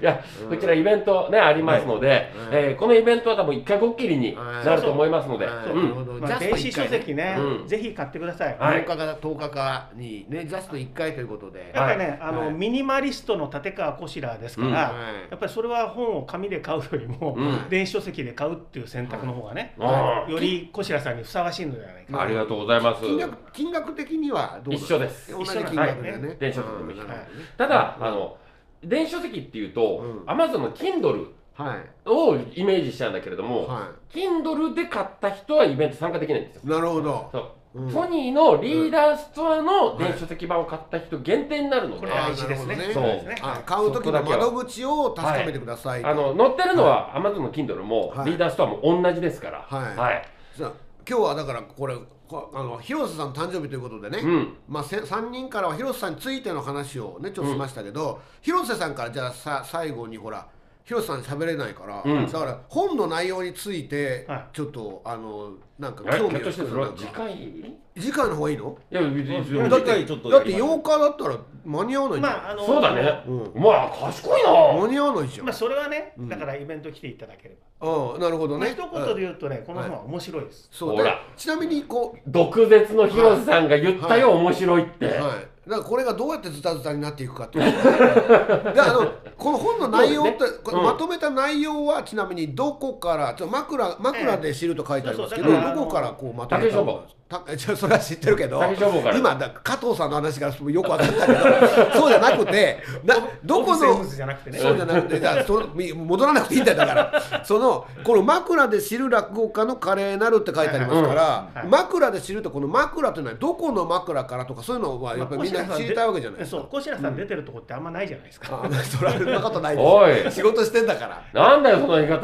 Speaker 2: いや、こちらイベントね、ありますので、えーこのイベントは多分一回ごっきりになると思いますので、
Speaker 3: はい
Speaker 4: そう
Speaker 2: うん
Speaker 3: なるほど
Speaker 4: まあ、
Speaker 3: ジャス
Speaker 4: 電
Speaker 3: ト
Speaker 4: 子
Speaker 3: 一
Speaker 4: 書
Speaker 3: 回ね
Speaker 4: 籍ね、
Speaker 2: うん
Speaker 4: ぜひ買ってください。
Speaker 2: はい
Speaker 3: 10日から10日かにねジャスト1回ということで、
Speaker 4: やっぱりね、あの、
Speaker 3: はい
Speaker 4: ミニマリストの立川こしらですから、
Speaker 2: うん
Speaker 4: や
Speaker 3: はい
Speaker 4: っぱりそれは本を紙で買うよりも、
Speaker 2: うん
Speaker 4: 電子書籍で買うっていう選択の方がね、
Speaker 2: あ
Speaker 4: よりこしらさんにふさわしいのではないか。
Speaker 2: あありがとうございます。
Speaker 3: 金額金額的にはどうなん
Speaker 2: 一緒です
Speaker 3: 同じ金額だよ
Speaker 4: 一緒
Speaker 3: ね、
Speaker 4: です
Speaker 2: はい電子書籍でも一緒
Speaker 3: うんなるほどね
Speaker 2: ただ、あの電子書籍っていうと、
Speaker 3: うん
Speaker 2: Amazon の Kindle
Speaker 3: はい
Speaker 2: をイメージしたんだけれども、
Speaker 3: は
Speaker 2: Kindle で買った人はイベント参加できないんですよ。
Speaker 3: いなるほど
Speaker 2: そう
Speaker 3: うん
Speaker 2: ソニーのリーダーストアの電子書籍版を買った人限定になるの
Speaker 4: こ
Speaker 2: で、
Speaker 4: れは大事です
Speaker 3: あ
Speaker 4: ね。
Speaker 3: ーなる
Speaker 2: ほ
Speaker 4: そ
Speaker 2: ど
Speaker 4: う
Speaker 2: ね
Speaker 4: ですね。
Speaker 3: あ買う時の窓口を確かめてくださいと、
Speaker 2: あの載ってるのは Amazon の Kindle も、
Speaker 3: はい
Speaker 2: リーダーストアも同じですから、
Speaker 3: はい
Speaker 2: はい
Speaker 3: さあ今日はだからこれこあの広瀬さん誕生日ということでね、
Speaker 2: うん
Speaker 3: まあ、せ3人からは広瀬さんについての話をねちょっとしましたけど、広瀬さんからじゃあさ最後にほら広瀬さん喋れないから、
Speaker 2: うん
Speaker 3: だから本の内容について
Speaker 4: は
Speaker 3: ちょっと、あのなんか
Speaker 2: あれ
Speaker 3: 興
Speaker 2: ひょ
Speaker 3: 味
Speaker 2: っと
Speaker 3: を
Speaker 2: し
Speaker 3: してて
Speaker 2: それは
Speaker 3: なん
Speaker 2: 次
Speaker 3: か
Speaker 2: 回い
Speaker 3: 次回の方がいいの
Speaker 2: や別に別に
Speaker 1: だってちょっと
Speaker 3: だって8日だったら間に合わないじゃん、
Speaker 4: まあ、あの、
Speaker 2: そうだね、
Speaker 3: う
Speaker 2: まあ賢いな
Speaker 3: 間に合わないじゃん、
Speaker 4: まあ、それはね、
Speaker 3: うん
Speaker 4: だからイベント来ていただければ。
Speaker 3: うんなるほどね
Speaker 4: 一言で言うとね、この本は面白いです。
Speaker 3: そう
Speaker 2: ほ
Speaker 3: で
Speaker 2: ら
Speaker 3: ちなみにこ
Speaker 2: 毒舌の広瀬さんが言ったよ、面白いって、
Speaker 3: う、はい、だからこれがどうやってズタズタになっていくかっていうことねであのこの本の内容って、
Speaker 2: そうですね
Speaker 3: これ
Speaker 2: うん
Speaker 3: まとめた内容はちなみにどこからちょっと枕枕で知ると書いてありますけど、
Speaker 4: ええそうそうだから
Speaker 3: どこからこうまとめた
Speaker 2: 竹書房
Speaker 3: たえじゃあそれは知ってるけど
Speaker 2: 竹書房から
Speaker 3: 今だ加藤さんの話からすごいよく分かったけどそうじゃなくてなどこ
Speaker 4: オフィ
Speaker 3: の
Speaker 4: ス生物じゃなくてね。
Speaker 3: そうじゃなくて、だからそのみ戻らなくていいんだよだ から、そのこの枕で知る落語家の華麗なるって書いてありますから、
Speaker 4: うんはい
Speaker 3: 枕で知るってこの枕というのはどこの枕からとかそういうのはやっぱりみんな知りたいわけじゃないです
Speaker 4: そう、
Speaker 3: か。
Speaker 4: 小白さん出てるとこってあんまないじゃないですか。
Speaker 3: あそれはそんなことない
Speaker 2: お
Speaker 3: で
Speaker 2: い
Speaker 3: す。仕事してんだから。
Speaker 2: なんだよその言い方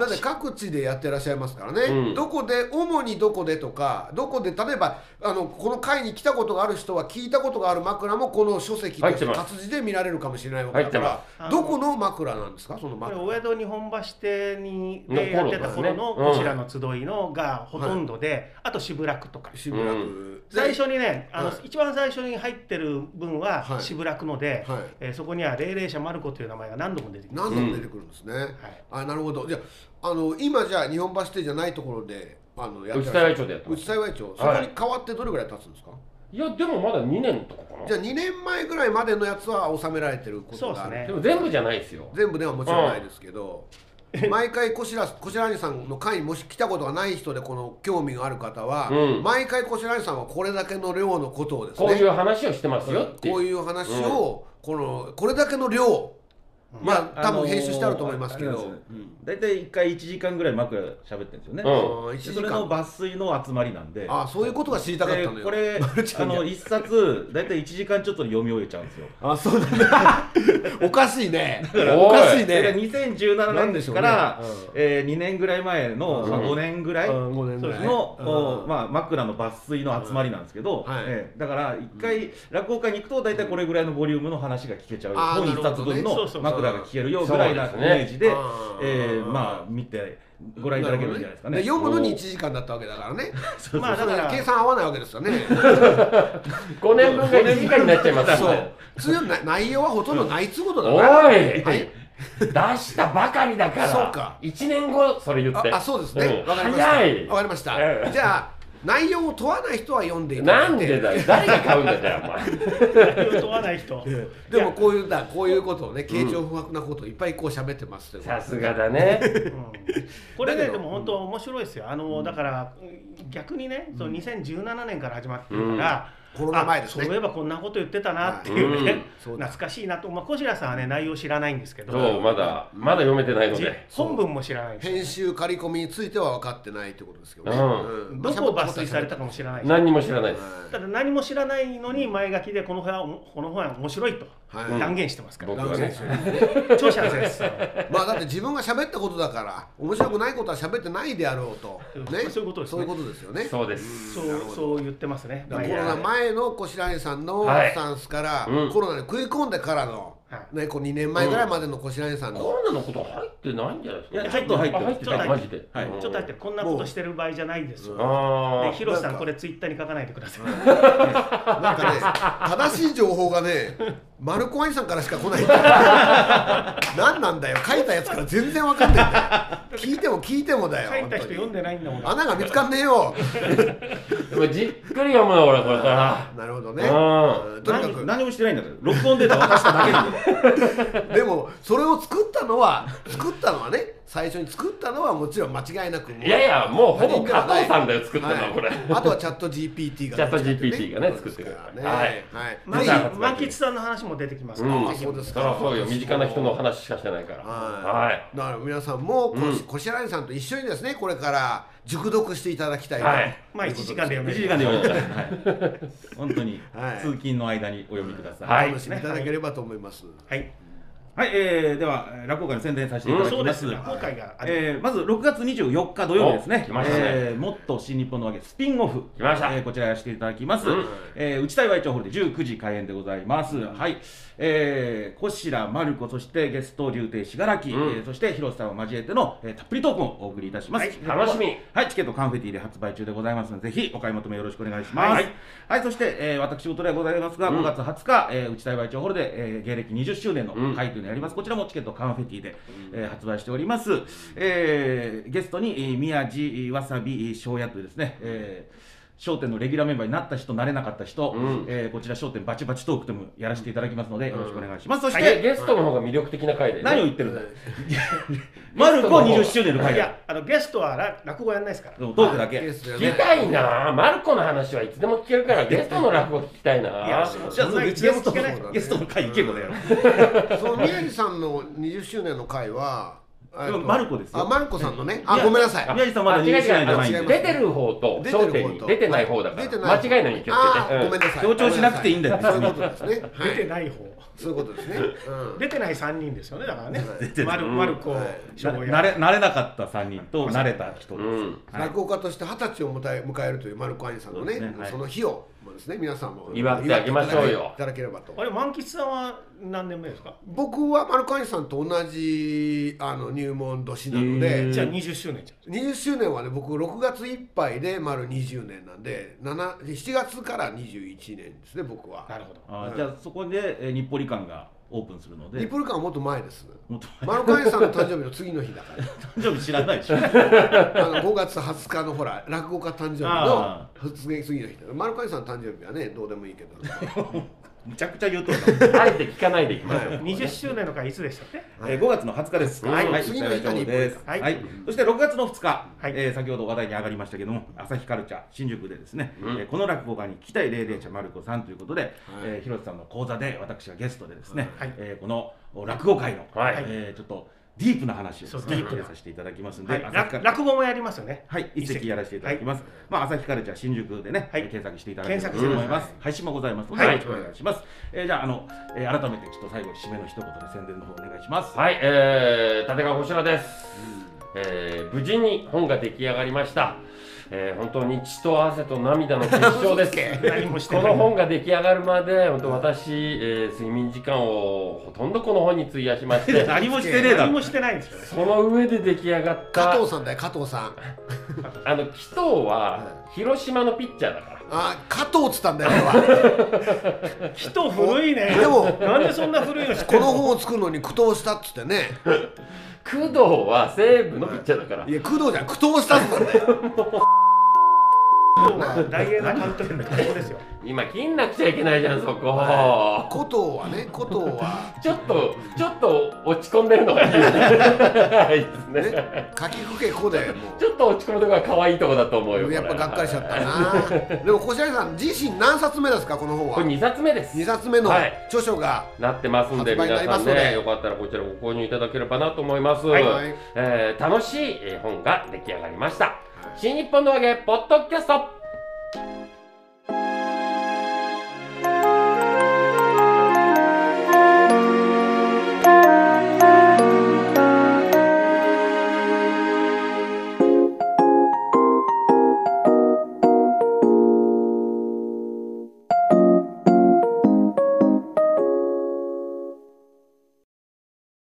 Speaker 3: だって各地でやってらっしゃいますからね、
Speaker 2: うん
Speaker 3: どこで主にどこでとかどこで例えばあのこの会に来たことがある人は聞いたことがある枕もこの書籍と
Speaker 2: 入
Speaker 3: し
Speaker 2: って
Speaker 3: て
Speaker 2: ます
Speaker 3: 活字で見られるかもしれないわけだか
Speaker 2: 入っ
Speaker 3: ら
Speaker 4: てま
Speaker 3: ど
Speaker 4: す
Speaker 3: この枕なんですかその
Speaker 4: これ
Speaker 3: 枕
Speaker 4: お宿日本橋店に
Speaker 2: の
Speaker 4: でやってた頃の
Speaker 2: 頃
Speaker 4: こ
Speaker 2: ですねうん
Speaker 4: ちらの集いのがほとんどで、あと渋楽とか
Speaker 3: 渋谷区、
Speaker 2: う
Speaker 4: 最初にねあの、
Speaker 3: はい
Speaker 4: 一番最初に入ってる分
Speaker 3: は
Speaker 4: はい渋楽ので、
Speaker 3: はい
Speaker 4: えーそこには霊霊者マルコという名前が何度も出てきます
Speaker 3: 何度も出てくるんですね、あなるほどじゃああの今じゃあ日本橋店じゃないところであのやって
Speaker 2: 内
Speaker 3: ら
Speaker 2: 幸
Speaker 3: っしゃ
Speaker 2: 町
Speaker 3: る
Speaker 2: でやってま
Speaker 3: 内
Speaker 2: す
Speaker 3: 幸町そこ
Speaker 2: はい
Speaker 3: に変わってどれぐらい経つんですか、
Speaker 2: いやでもまだ2年とかかな
Speaker 3: じゃあ2年前ぐらいまでのやつは収められてることがある
Speaker 4: そうですね
Speaker 2: でも全部じゃないですよ
Speaker 3: 全部ではもちろんないですけど、毎回こしらこしらにさんの会にもし来たことがない人でこの興味がある方は、
Speaker 2: うん
Speaker 3: 毎回こしらにさんはこれだけの量のことをですね
Speaker 2: こういう話をしてますよっていう
Speaker 3: こういう話を、このこれだけの量まあ多分編集してあると思いますけど、
Speaker 1: あのーあれなんですよね大体1回1時間ぐらい枕喋ってるんですよね、
Speaker 2: うん
Speaker 1: で
Speaker 3: 一時
Speaker 1: それの抜
Speaker 3: 間
Speaker 1: 粋の集まりなんで
Speaker 3: あそういうことが知りたかったの
Speaker 1: で
Speaker 3: よ
Speaker 1: こ れあの一冊大体1時間ちょっとで読み終えちゃうんですよ
Speaker 3: あそうだ ねおかしいね
Speaker 2: おい
Speaker 3: おかしい
Speaker 1: それが2017
Speaker 3: ね
Speaker 1: 年から、
Speaker 3: なんでしょうねうん
Speaker 1: えー、2年ぐらい前の、
Speaker 3: うん
Speaker 1: まあ、5年ぐらいの、
Speaker 3: 5年ぐらい
Speaker 1: お
Speaker 3: うん
Speaker 1: まあ、枕の抜粋の集まりなんですけど、
Speaker 3: うんはい
Speaker 1: えーだから一回落語会に行くと大体これぐらいのボリュームの話が聞けちゃうよ
Speaker 3: あー
Speaker 1: 本一冊分
Speaker 4: なるほどねそう
Speaker 1: の
Speaker 4: そうそう
Speaker 1: 枕が聞けるよぐらいなイ
Speaker 2: そう
Speaker 1: メ
Speaker 2: ですね
Speaker 1: ージで
Speaker 3: うん
Speaker 1: えーまあ見てご覧いただけるんじゃないですかね。
Speaker 3: なるほど読むのに1時間だったわけだか らね
Speaker 4: まあだから
Speaker 3: 計算合わないわけですよね
Speaker 2: 5年分が1時間になっちゃいます
Speaker 3: そ
Speaker 2: よ
Speaker 3: う強いな内容はほとんどないっつうことだ
Speaker 2: おい、
Speaker 3: なはい
Speaker 2: 出したばかりだから
Speaker 3: そうか
Speaker 2: 1年後それ言っ
Speaker 3: あ
Speaker 2: て
Speaker 3: あそうですね
Speaker 2: ん
Speaker 3: わかりました
Speaker 2: 早い
Speaker 3: わかりました
Speaker 2: うん
Speaker 3: じゃあ内容を問わない人は読んでいただいて
Speaker 2: なんで だよ誰が買うんだよお前
Speaker 4: 言うとはない人
Speaker 3: でもこういうだこういうことをね形状不惑なことをいっぱいこう喋ってますということ
Speaker 2: さ
Speaker 3: です
Speaker 2: がだね
Speaker 4: うんこれ
Speaker 3: だけ
Speaker 4: ね
Speaker 3: ど
Speaker 4: でも本当面白いですよあの、だから逆にねその2017年から始まってるから、
Speaker 3: コロナ前です
Speaker 4: あそうい
Speaker 3: ね
Speaker 4: えばこんなこと言ってたなっていうね、
Speaker 2: はいうん
Speaker 3: そうだ
Speaker 4: 懐かしいなと、まあ、小白さんはね内容知らないんですけど
Speaker 2: そうまだまだ読めてないの
Speaker 4: じ
Speaker 2: で
Speaker 4: 本文も知らないです
Speaker 3: 編集刈り込みについては分かってないということですけどね、
Speaker 2: うん
Speaker 3: うん
Speaker 4: どこを抜粋されたかもしれないし
Speaker 2: 何にも知らないです
Speaker 4: ただ何も知らないのに前書きでこの本はこの本は面白いと
Speaker 3: はい
Speaker 4: 断言してますから、
Speaker 2: 僕はね
Speaker 4: 著者です
Speaker 3: まあだって自分が喋ったことだから面白くないことは喋ってないであろうと、ね、
Speaker 4: そういうことです
Speaker 3: そ
Speaker 4: ね
Speaker 3: ういうことですよね
Speaker 2: そうです
Speaker 4: そうそう言ってますね
Speaker 3: だから
Speaker 4: 毎
Speaker 3: コロナ
Speaker 4: 回
Speaker 3: 前のこしらえさんの
Speaker 2: はい
Speaker 3: スタンスから、
Speaker 2: うん
Speaker 3: コロナに食い込んでからの
Speaker 4: は
Speaker 3: ね、こう2年前ぐらいまでのこしらえさん
Speaker 2: コ
Speaker 3: の、
Speaker 2: ロナのこと入ってないんじゃないですか、
Speaker 1: いやちょっと入ってる
Speaker 2: あ入って
Speaker 1: ちょっと
Speaker 2: る
Speaker 1: 入
Speaker 2: マ
Speaker 1: っ
Speaker 2: ジで、
Speaker 1: はい
Speaker 2: うん
Speaker 4: い、ちょっと入ってるこんなことしてる場合じゃないですよ
Speaker 2: あ
Speaker 4: で
Speaker 2: あ
Speaker 4: ヒロシ
Speaker 3: な
Speaker 4: さ
Speaker 3: ん
Speaker 4: ん
Speaker 3: か
Speaker 4: これツイッターに書かないでください
Speaker 3: なんかね正しい情報がねマルコアニさんからしか来ない何なんだよ書いたやつから全然わかんないんだよ聞いても聞いてもだよ
Speaker 4: 書いた人読んでないんだもん
Speaker 3: 本当に穴が見つかんねえよ
Speaker 2: でもじっくり読むの俺これから
Speaker 3: なるほど
Speaker 2: う
Speaker 3: ね
Speaker 2: ん
Speaker 3: うんとにか
Speaker 1: 何
Speaker 3: く
Speaker 1: 何もしてないんだから録音データ渡しただけなんだよ
Speaker 3: でもそれを作ったのは作ったのはね最初に作ったのはもちろん間違いなく
Speaker 2: いやいやもうほぼ
Speaker 3: 他人で
Speaker 2: 加
Speaker 3: はない
Speaker 2: 藤さんだよ作ったのはこれ、
Speaker 3: はいあとはチャット GPT が
Speaker 2: チャット GPT がね作ってくれ
Speaker 3: る
Speaker 2: る
Speaker 3: ね
Speaker 2: はい
Speaker 3: はい
Speaker 4: マ
Speaker 3: ぜ
Speaker 4: キ
Speaker 3: ひ
Speaker 2: まあ
Speaker 4: マキツさんの話も出てきますから、
Speaker 2: うん
Speaker 4: ぜひ
Speaker 3: そうです
Speaker 2: そりゃそうよ身近な人の話しかしてないから
Speaker 3: は
Speaker 2: はいい、
Speaker 3: だから皆さんもこ
Speaker 2: うん
Speaker 3: しこしらえさんと一緒にですねこれから熟読していただきたいな
Speaker 2: はい
Speaker 4: まあ1時間で読め
Speaker 1: 1
Speaker 4: る
Speaker 1: 時間で読んでください、はい、本当に、
Speaker 3: はい
Speaker 1: 通勤の間にお読みください
Speaker 2: はい
Speaker 3: 楽しみいただければと思います、
Speaker 4: はい
Speaker 1: はい、えー、ではえー落語会の宣伝させていただ
Speaker 4: そ
Speaker 1: き
Speaker 4: うで
Speaker 1: ます。
Speaker 4: す今回があ
Speaker 1: えーまず6月24日土曜日ですね
Speaker 2: お来ましたね
Speaker 1: えーもっと新日本のわけスピンオフ
Speaker 2: 来ました
Speaker 1: えーこちらやらせていただきます、
Speaker 2: うん
Speaker 1: えー内田岩井町ホールで19時開演でございます、はい、えー、こしらまる子そしてゲスト竜亭信楽、
Speaker 2: うん
Speaker 1: えーそして広瀬さんを交えての、えーたっぷりトークをお送りいたします、
Speaker 2: はい楽しみ
Speaker 1: はい、チケットカンフェティで発売中でございますので、ぜひお買い求めよろしくお願いします。は
Speaker 2: はいい、
Speaker 1: そして、えー、私事ではございますが、
Speaker 2: うん
Speaker 1: 5月20日、えー、内田岩井町ホールで、えー、芸歴20周年の
Speaker 2: うん
Speaker 1: 会というのをやります。こちらもチケットカンフェティで、えー発売しております。えー、ゲストに、えー宮地、わさび、庄屋というですね、えー商店のレギュラーメンバーになった人、なれなかった人、
Speaker 2: うん
Speaker 1: えーこちら商店バチバチトークでもやらせていただきますので、よろしくお願いします。そして、
Speaker 2: でゲストの方が魅力的な回で、ね、
Speaker 1: 何を言ってるんだよ。マルコ20周年の
Speaker 4: い
Speaker 1: 会だ。
Speaker 4: やあのゲストはら落語やんないですから
Speaker 1: でもトークだけ。
Speaker 3: ゲストや
Speaker 2: 聞
Speaker 3: ね
Speaker 2: きたいなマルコの話はいつでも聞けるからゲストの落語聞きたいない
Speaker 4: やそう
Speaker 1: じゃあ、そのうちゲスト
Speaker 4: ゲスト聞け
Speaker 3: ない
Speaker 1: のゲストの会行けばだよ。
Speaker 3: その宮城さんの20周年の会はえっと
Speaker 1: マルコですよ
Speaker 3: あマルコさんのね
Speaker 1: い
Speaker 3: あ
Speaker 1: や
Speaker 3: ごめんなさい
Speaker 1: 宮治さんまだ入手しないんじゃないん
Speaker 3: あ違う違う
Speaker 1: で。
Speaker 2: 出てる方と
Speaker 3: 出てる方
Speaker 2: 焦点に
Speaker 3: と
Speaker 2: 出てない方だか
Speaker 3: 出て
Speaker 2: ら
Speaker 3: ない
Speaker 2: 間違いないように気をつ
Speaker 3: あ
Speaker 2: けて、
Speaker 3: ー
Speaker 2: うん
Speaker 3: ごめんなさい
Speaker 1: 強調しなくていいんだよ
Speaker 3: そういうことですねは
Speaker 4: 出て
Speaker 3: い
Speaker 4: ない方
Speaker 3: そういうことですねうん
Speaker 4: 出てない3人ですよねだからね
Speaker 3: 出
Speaker 1: てない
Speaker 4: マルマルコ
Speaker 3: はい
Speaker 4: 翔也
Speaker 1: なれ慣れなかった3人と慣れた人です。
Speaker 2: うん
Speaker 1: はい
Speaker 3: 落語家として二十歳を迎え迎えるというマルコアニさんのね
Speaker 1: そうですねはい
Speaker 3: その日をまあですね皆さんも
Speaker 2: 祝ってあげましょうよ
Speaker 3: いただければと
Speaker 4: あれ満喫さんは何年目ですか
Speaker 3: 僕はマルコアニさんと同じあの入門年なの
Speaker 2: へ
Speaker 3: で
Speaker 2: ー
Speaker 4: じゃあ20周年じ
Speaker 3: 20周年はね僕6月いっぱいで丸20年なんで 7, 7月から21年ですね僕は
Speaker 4: ゃんなるほど
Speaker 1: あーじゃあそこでえー日暮里館がオープンするの
Speaker 3: リ
Speaker 1: で、
Speaker 3: プルカンはもっと前です
Speaker 1: もっと
Speaker 3: マルコアニさんの誕生日の次の日だから
Speaker 1: 誕生日知らないでしょ。
Speaker 3: あの5月20日のほら落語家誕生日の
Speaker 1: あ
Speaker 3: 次の日だマルカイさんの誕生日はねどうでもいいけど
Speaker 1: むちゃくちゃ言うとるな。
Speaker 2: あえて聞かないでいきましょう
Speaker 4: 20周年の会いつでしたっけ
Speaker 1: えー5月の20日です。
Speaker 2: はい
Speaker 3: 次の日が日本
Speaker 1: です。は、
Speaker 4: はいい
Speaker 1: そして6月の2日、
Speaker 4: はい
Speaker 1: えー先ほど話題に上がりましたけども、朝日カルチャー新宿でですね、
Speaker 2: うん
Speaker 1: えーこの落語家に聞きたい霊霊者まる子さんということで、えー広瀬さんの講座で私がゲストでですね、
Speaker 4: はい
Speaker 1: えーこの落語界の、
Speaker 2: はい
Speaker 1: えーちょっとディープな話を
Speaker 4: そうです
Speaker 1: デ
Speaker 4: ね
Speaker 1: ィープでさせていただきますので、
Speaker 4: はい、
Speaker 1: 朝日カルチャー
Speaker 4: ら落語もやりますよね
Speaker 1: はい、一席やらせていただきます。まあ、朝日カルチャー新宿でね、
Speaker 4: はい
Speaker 1: 検索していただければと思
Speaker 4: 検索して
Speaker 1: い
Speaker 4: くだ
Speaker 1: ま
Speaker 4: さい
Speaker 1: す。配信もございますので、
Speaker 2: はい
Speaker 1: よろしくお願いします。えーじゃあ、あの、えー改めてちょっと最後に締めの一言で宣伝の方お願いします。
Speaker 2: はい、えー、立川こちらです、えー無事に本が出来上がりました、えー本当に血と汗と涙の結晶です
Speaker 4: 何もして
Speaker 2: こ
Speaker 4: ない
Speaker 2: の本が出来上がるまで本当私、えー睡眠時間をほとんどこの本に費やしまして
Speaker 1: 何もしてねえだ
Speaker 4: 何
Speaker 1: ろ。
Speaker 4: もしてないんですよね
Speaker 2: その上で出来上がっ
Speaker 3: 加
Speaker 2: た
Speaker 3: 藤さんだよ加藤さん
Speaker 2: あの紀藤は広島のピッチャーだから
Speaker 3: あ加藤っつったんだよ俺は
Speaker 4: 人古いね
Speaker 3: でも
Speaker 4: なんでそんな古いの知って
Speaker 3: こ
Speaker 4: ん
Speaker 3: の本を作るのに苦闘したっつってね
Speaker 2: 工藤は西武のピッチャーだから
Speaker 3: いや工藤じゃん苦闘したっつったんだよ
Speaker 4: の大英の監督の顔ですよ
Speaker 2: 今金なくちゃいけないじゃんそこ、
Speaker 3: 古藤はね古藤は
Speaker 2: ちょっとちょっと落ち込んでるのがいいよね はいいいですね
Speaker 3: ね書きふけこだよも
Speaker 2: ちょっと落ち込むとこが可愛いとこだと思うよ。
Speaker 3: うやっぱがっかりしちゃ
Speaker 2: た。
Speaker 3: ったなでもこしらえさん自身何冊目ですかこの本
Speaker 2: これ
Speaker 3: は
Speaker 2: 二冊目です。
Speaker 3: 2冊目の
Speaker 2: はい
Speaker 3: 著書が、
Speaker 2: なってますんで
Speaker 3: 発売に
Speaker 2: 皆
Speaker 3: なりま
Speaker 2: さ
Speaker 3: す
Speaker 2: ん
Speaker 3: ので
Speaker 2: ねよかったらこちらご購入いただければなと思います。
Speaker 3: はい
Speaker 2: えー楽しいえー本が出来上がりました。新日本の揚げポッドキャスト。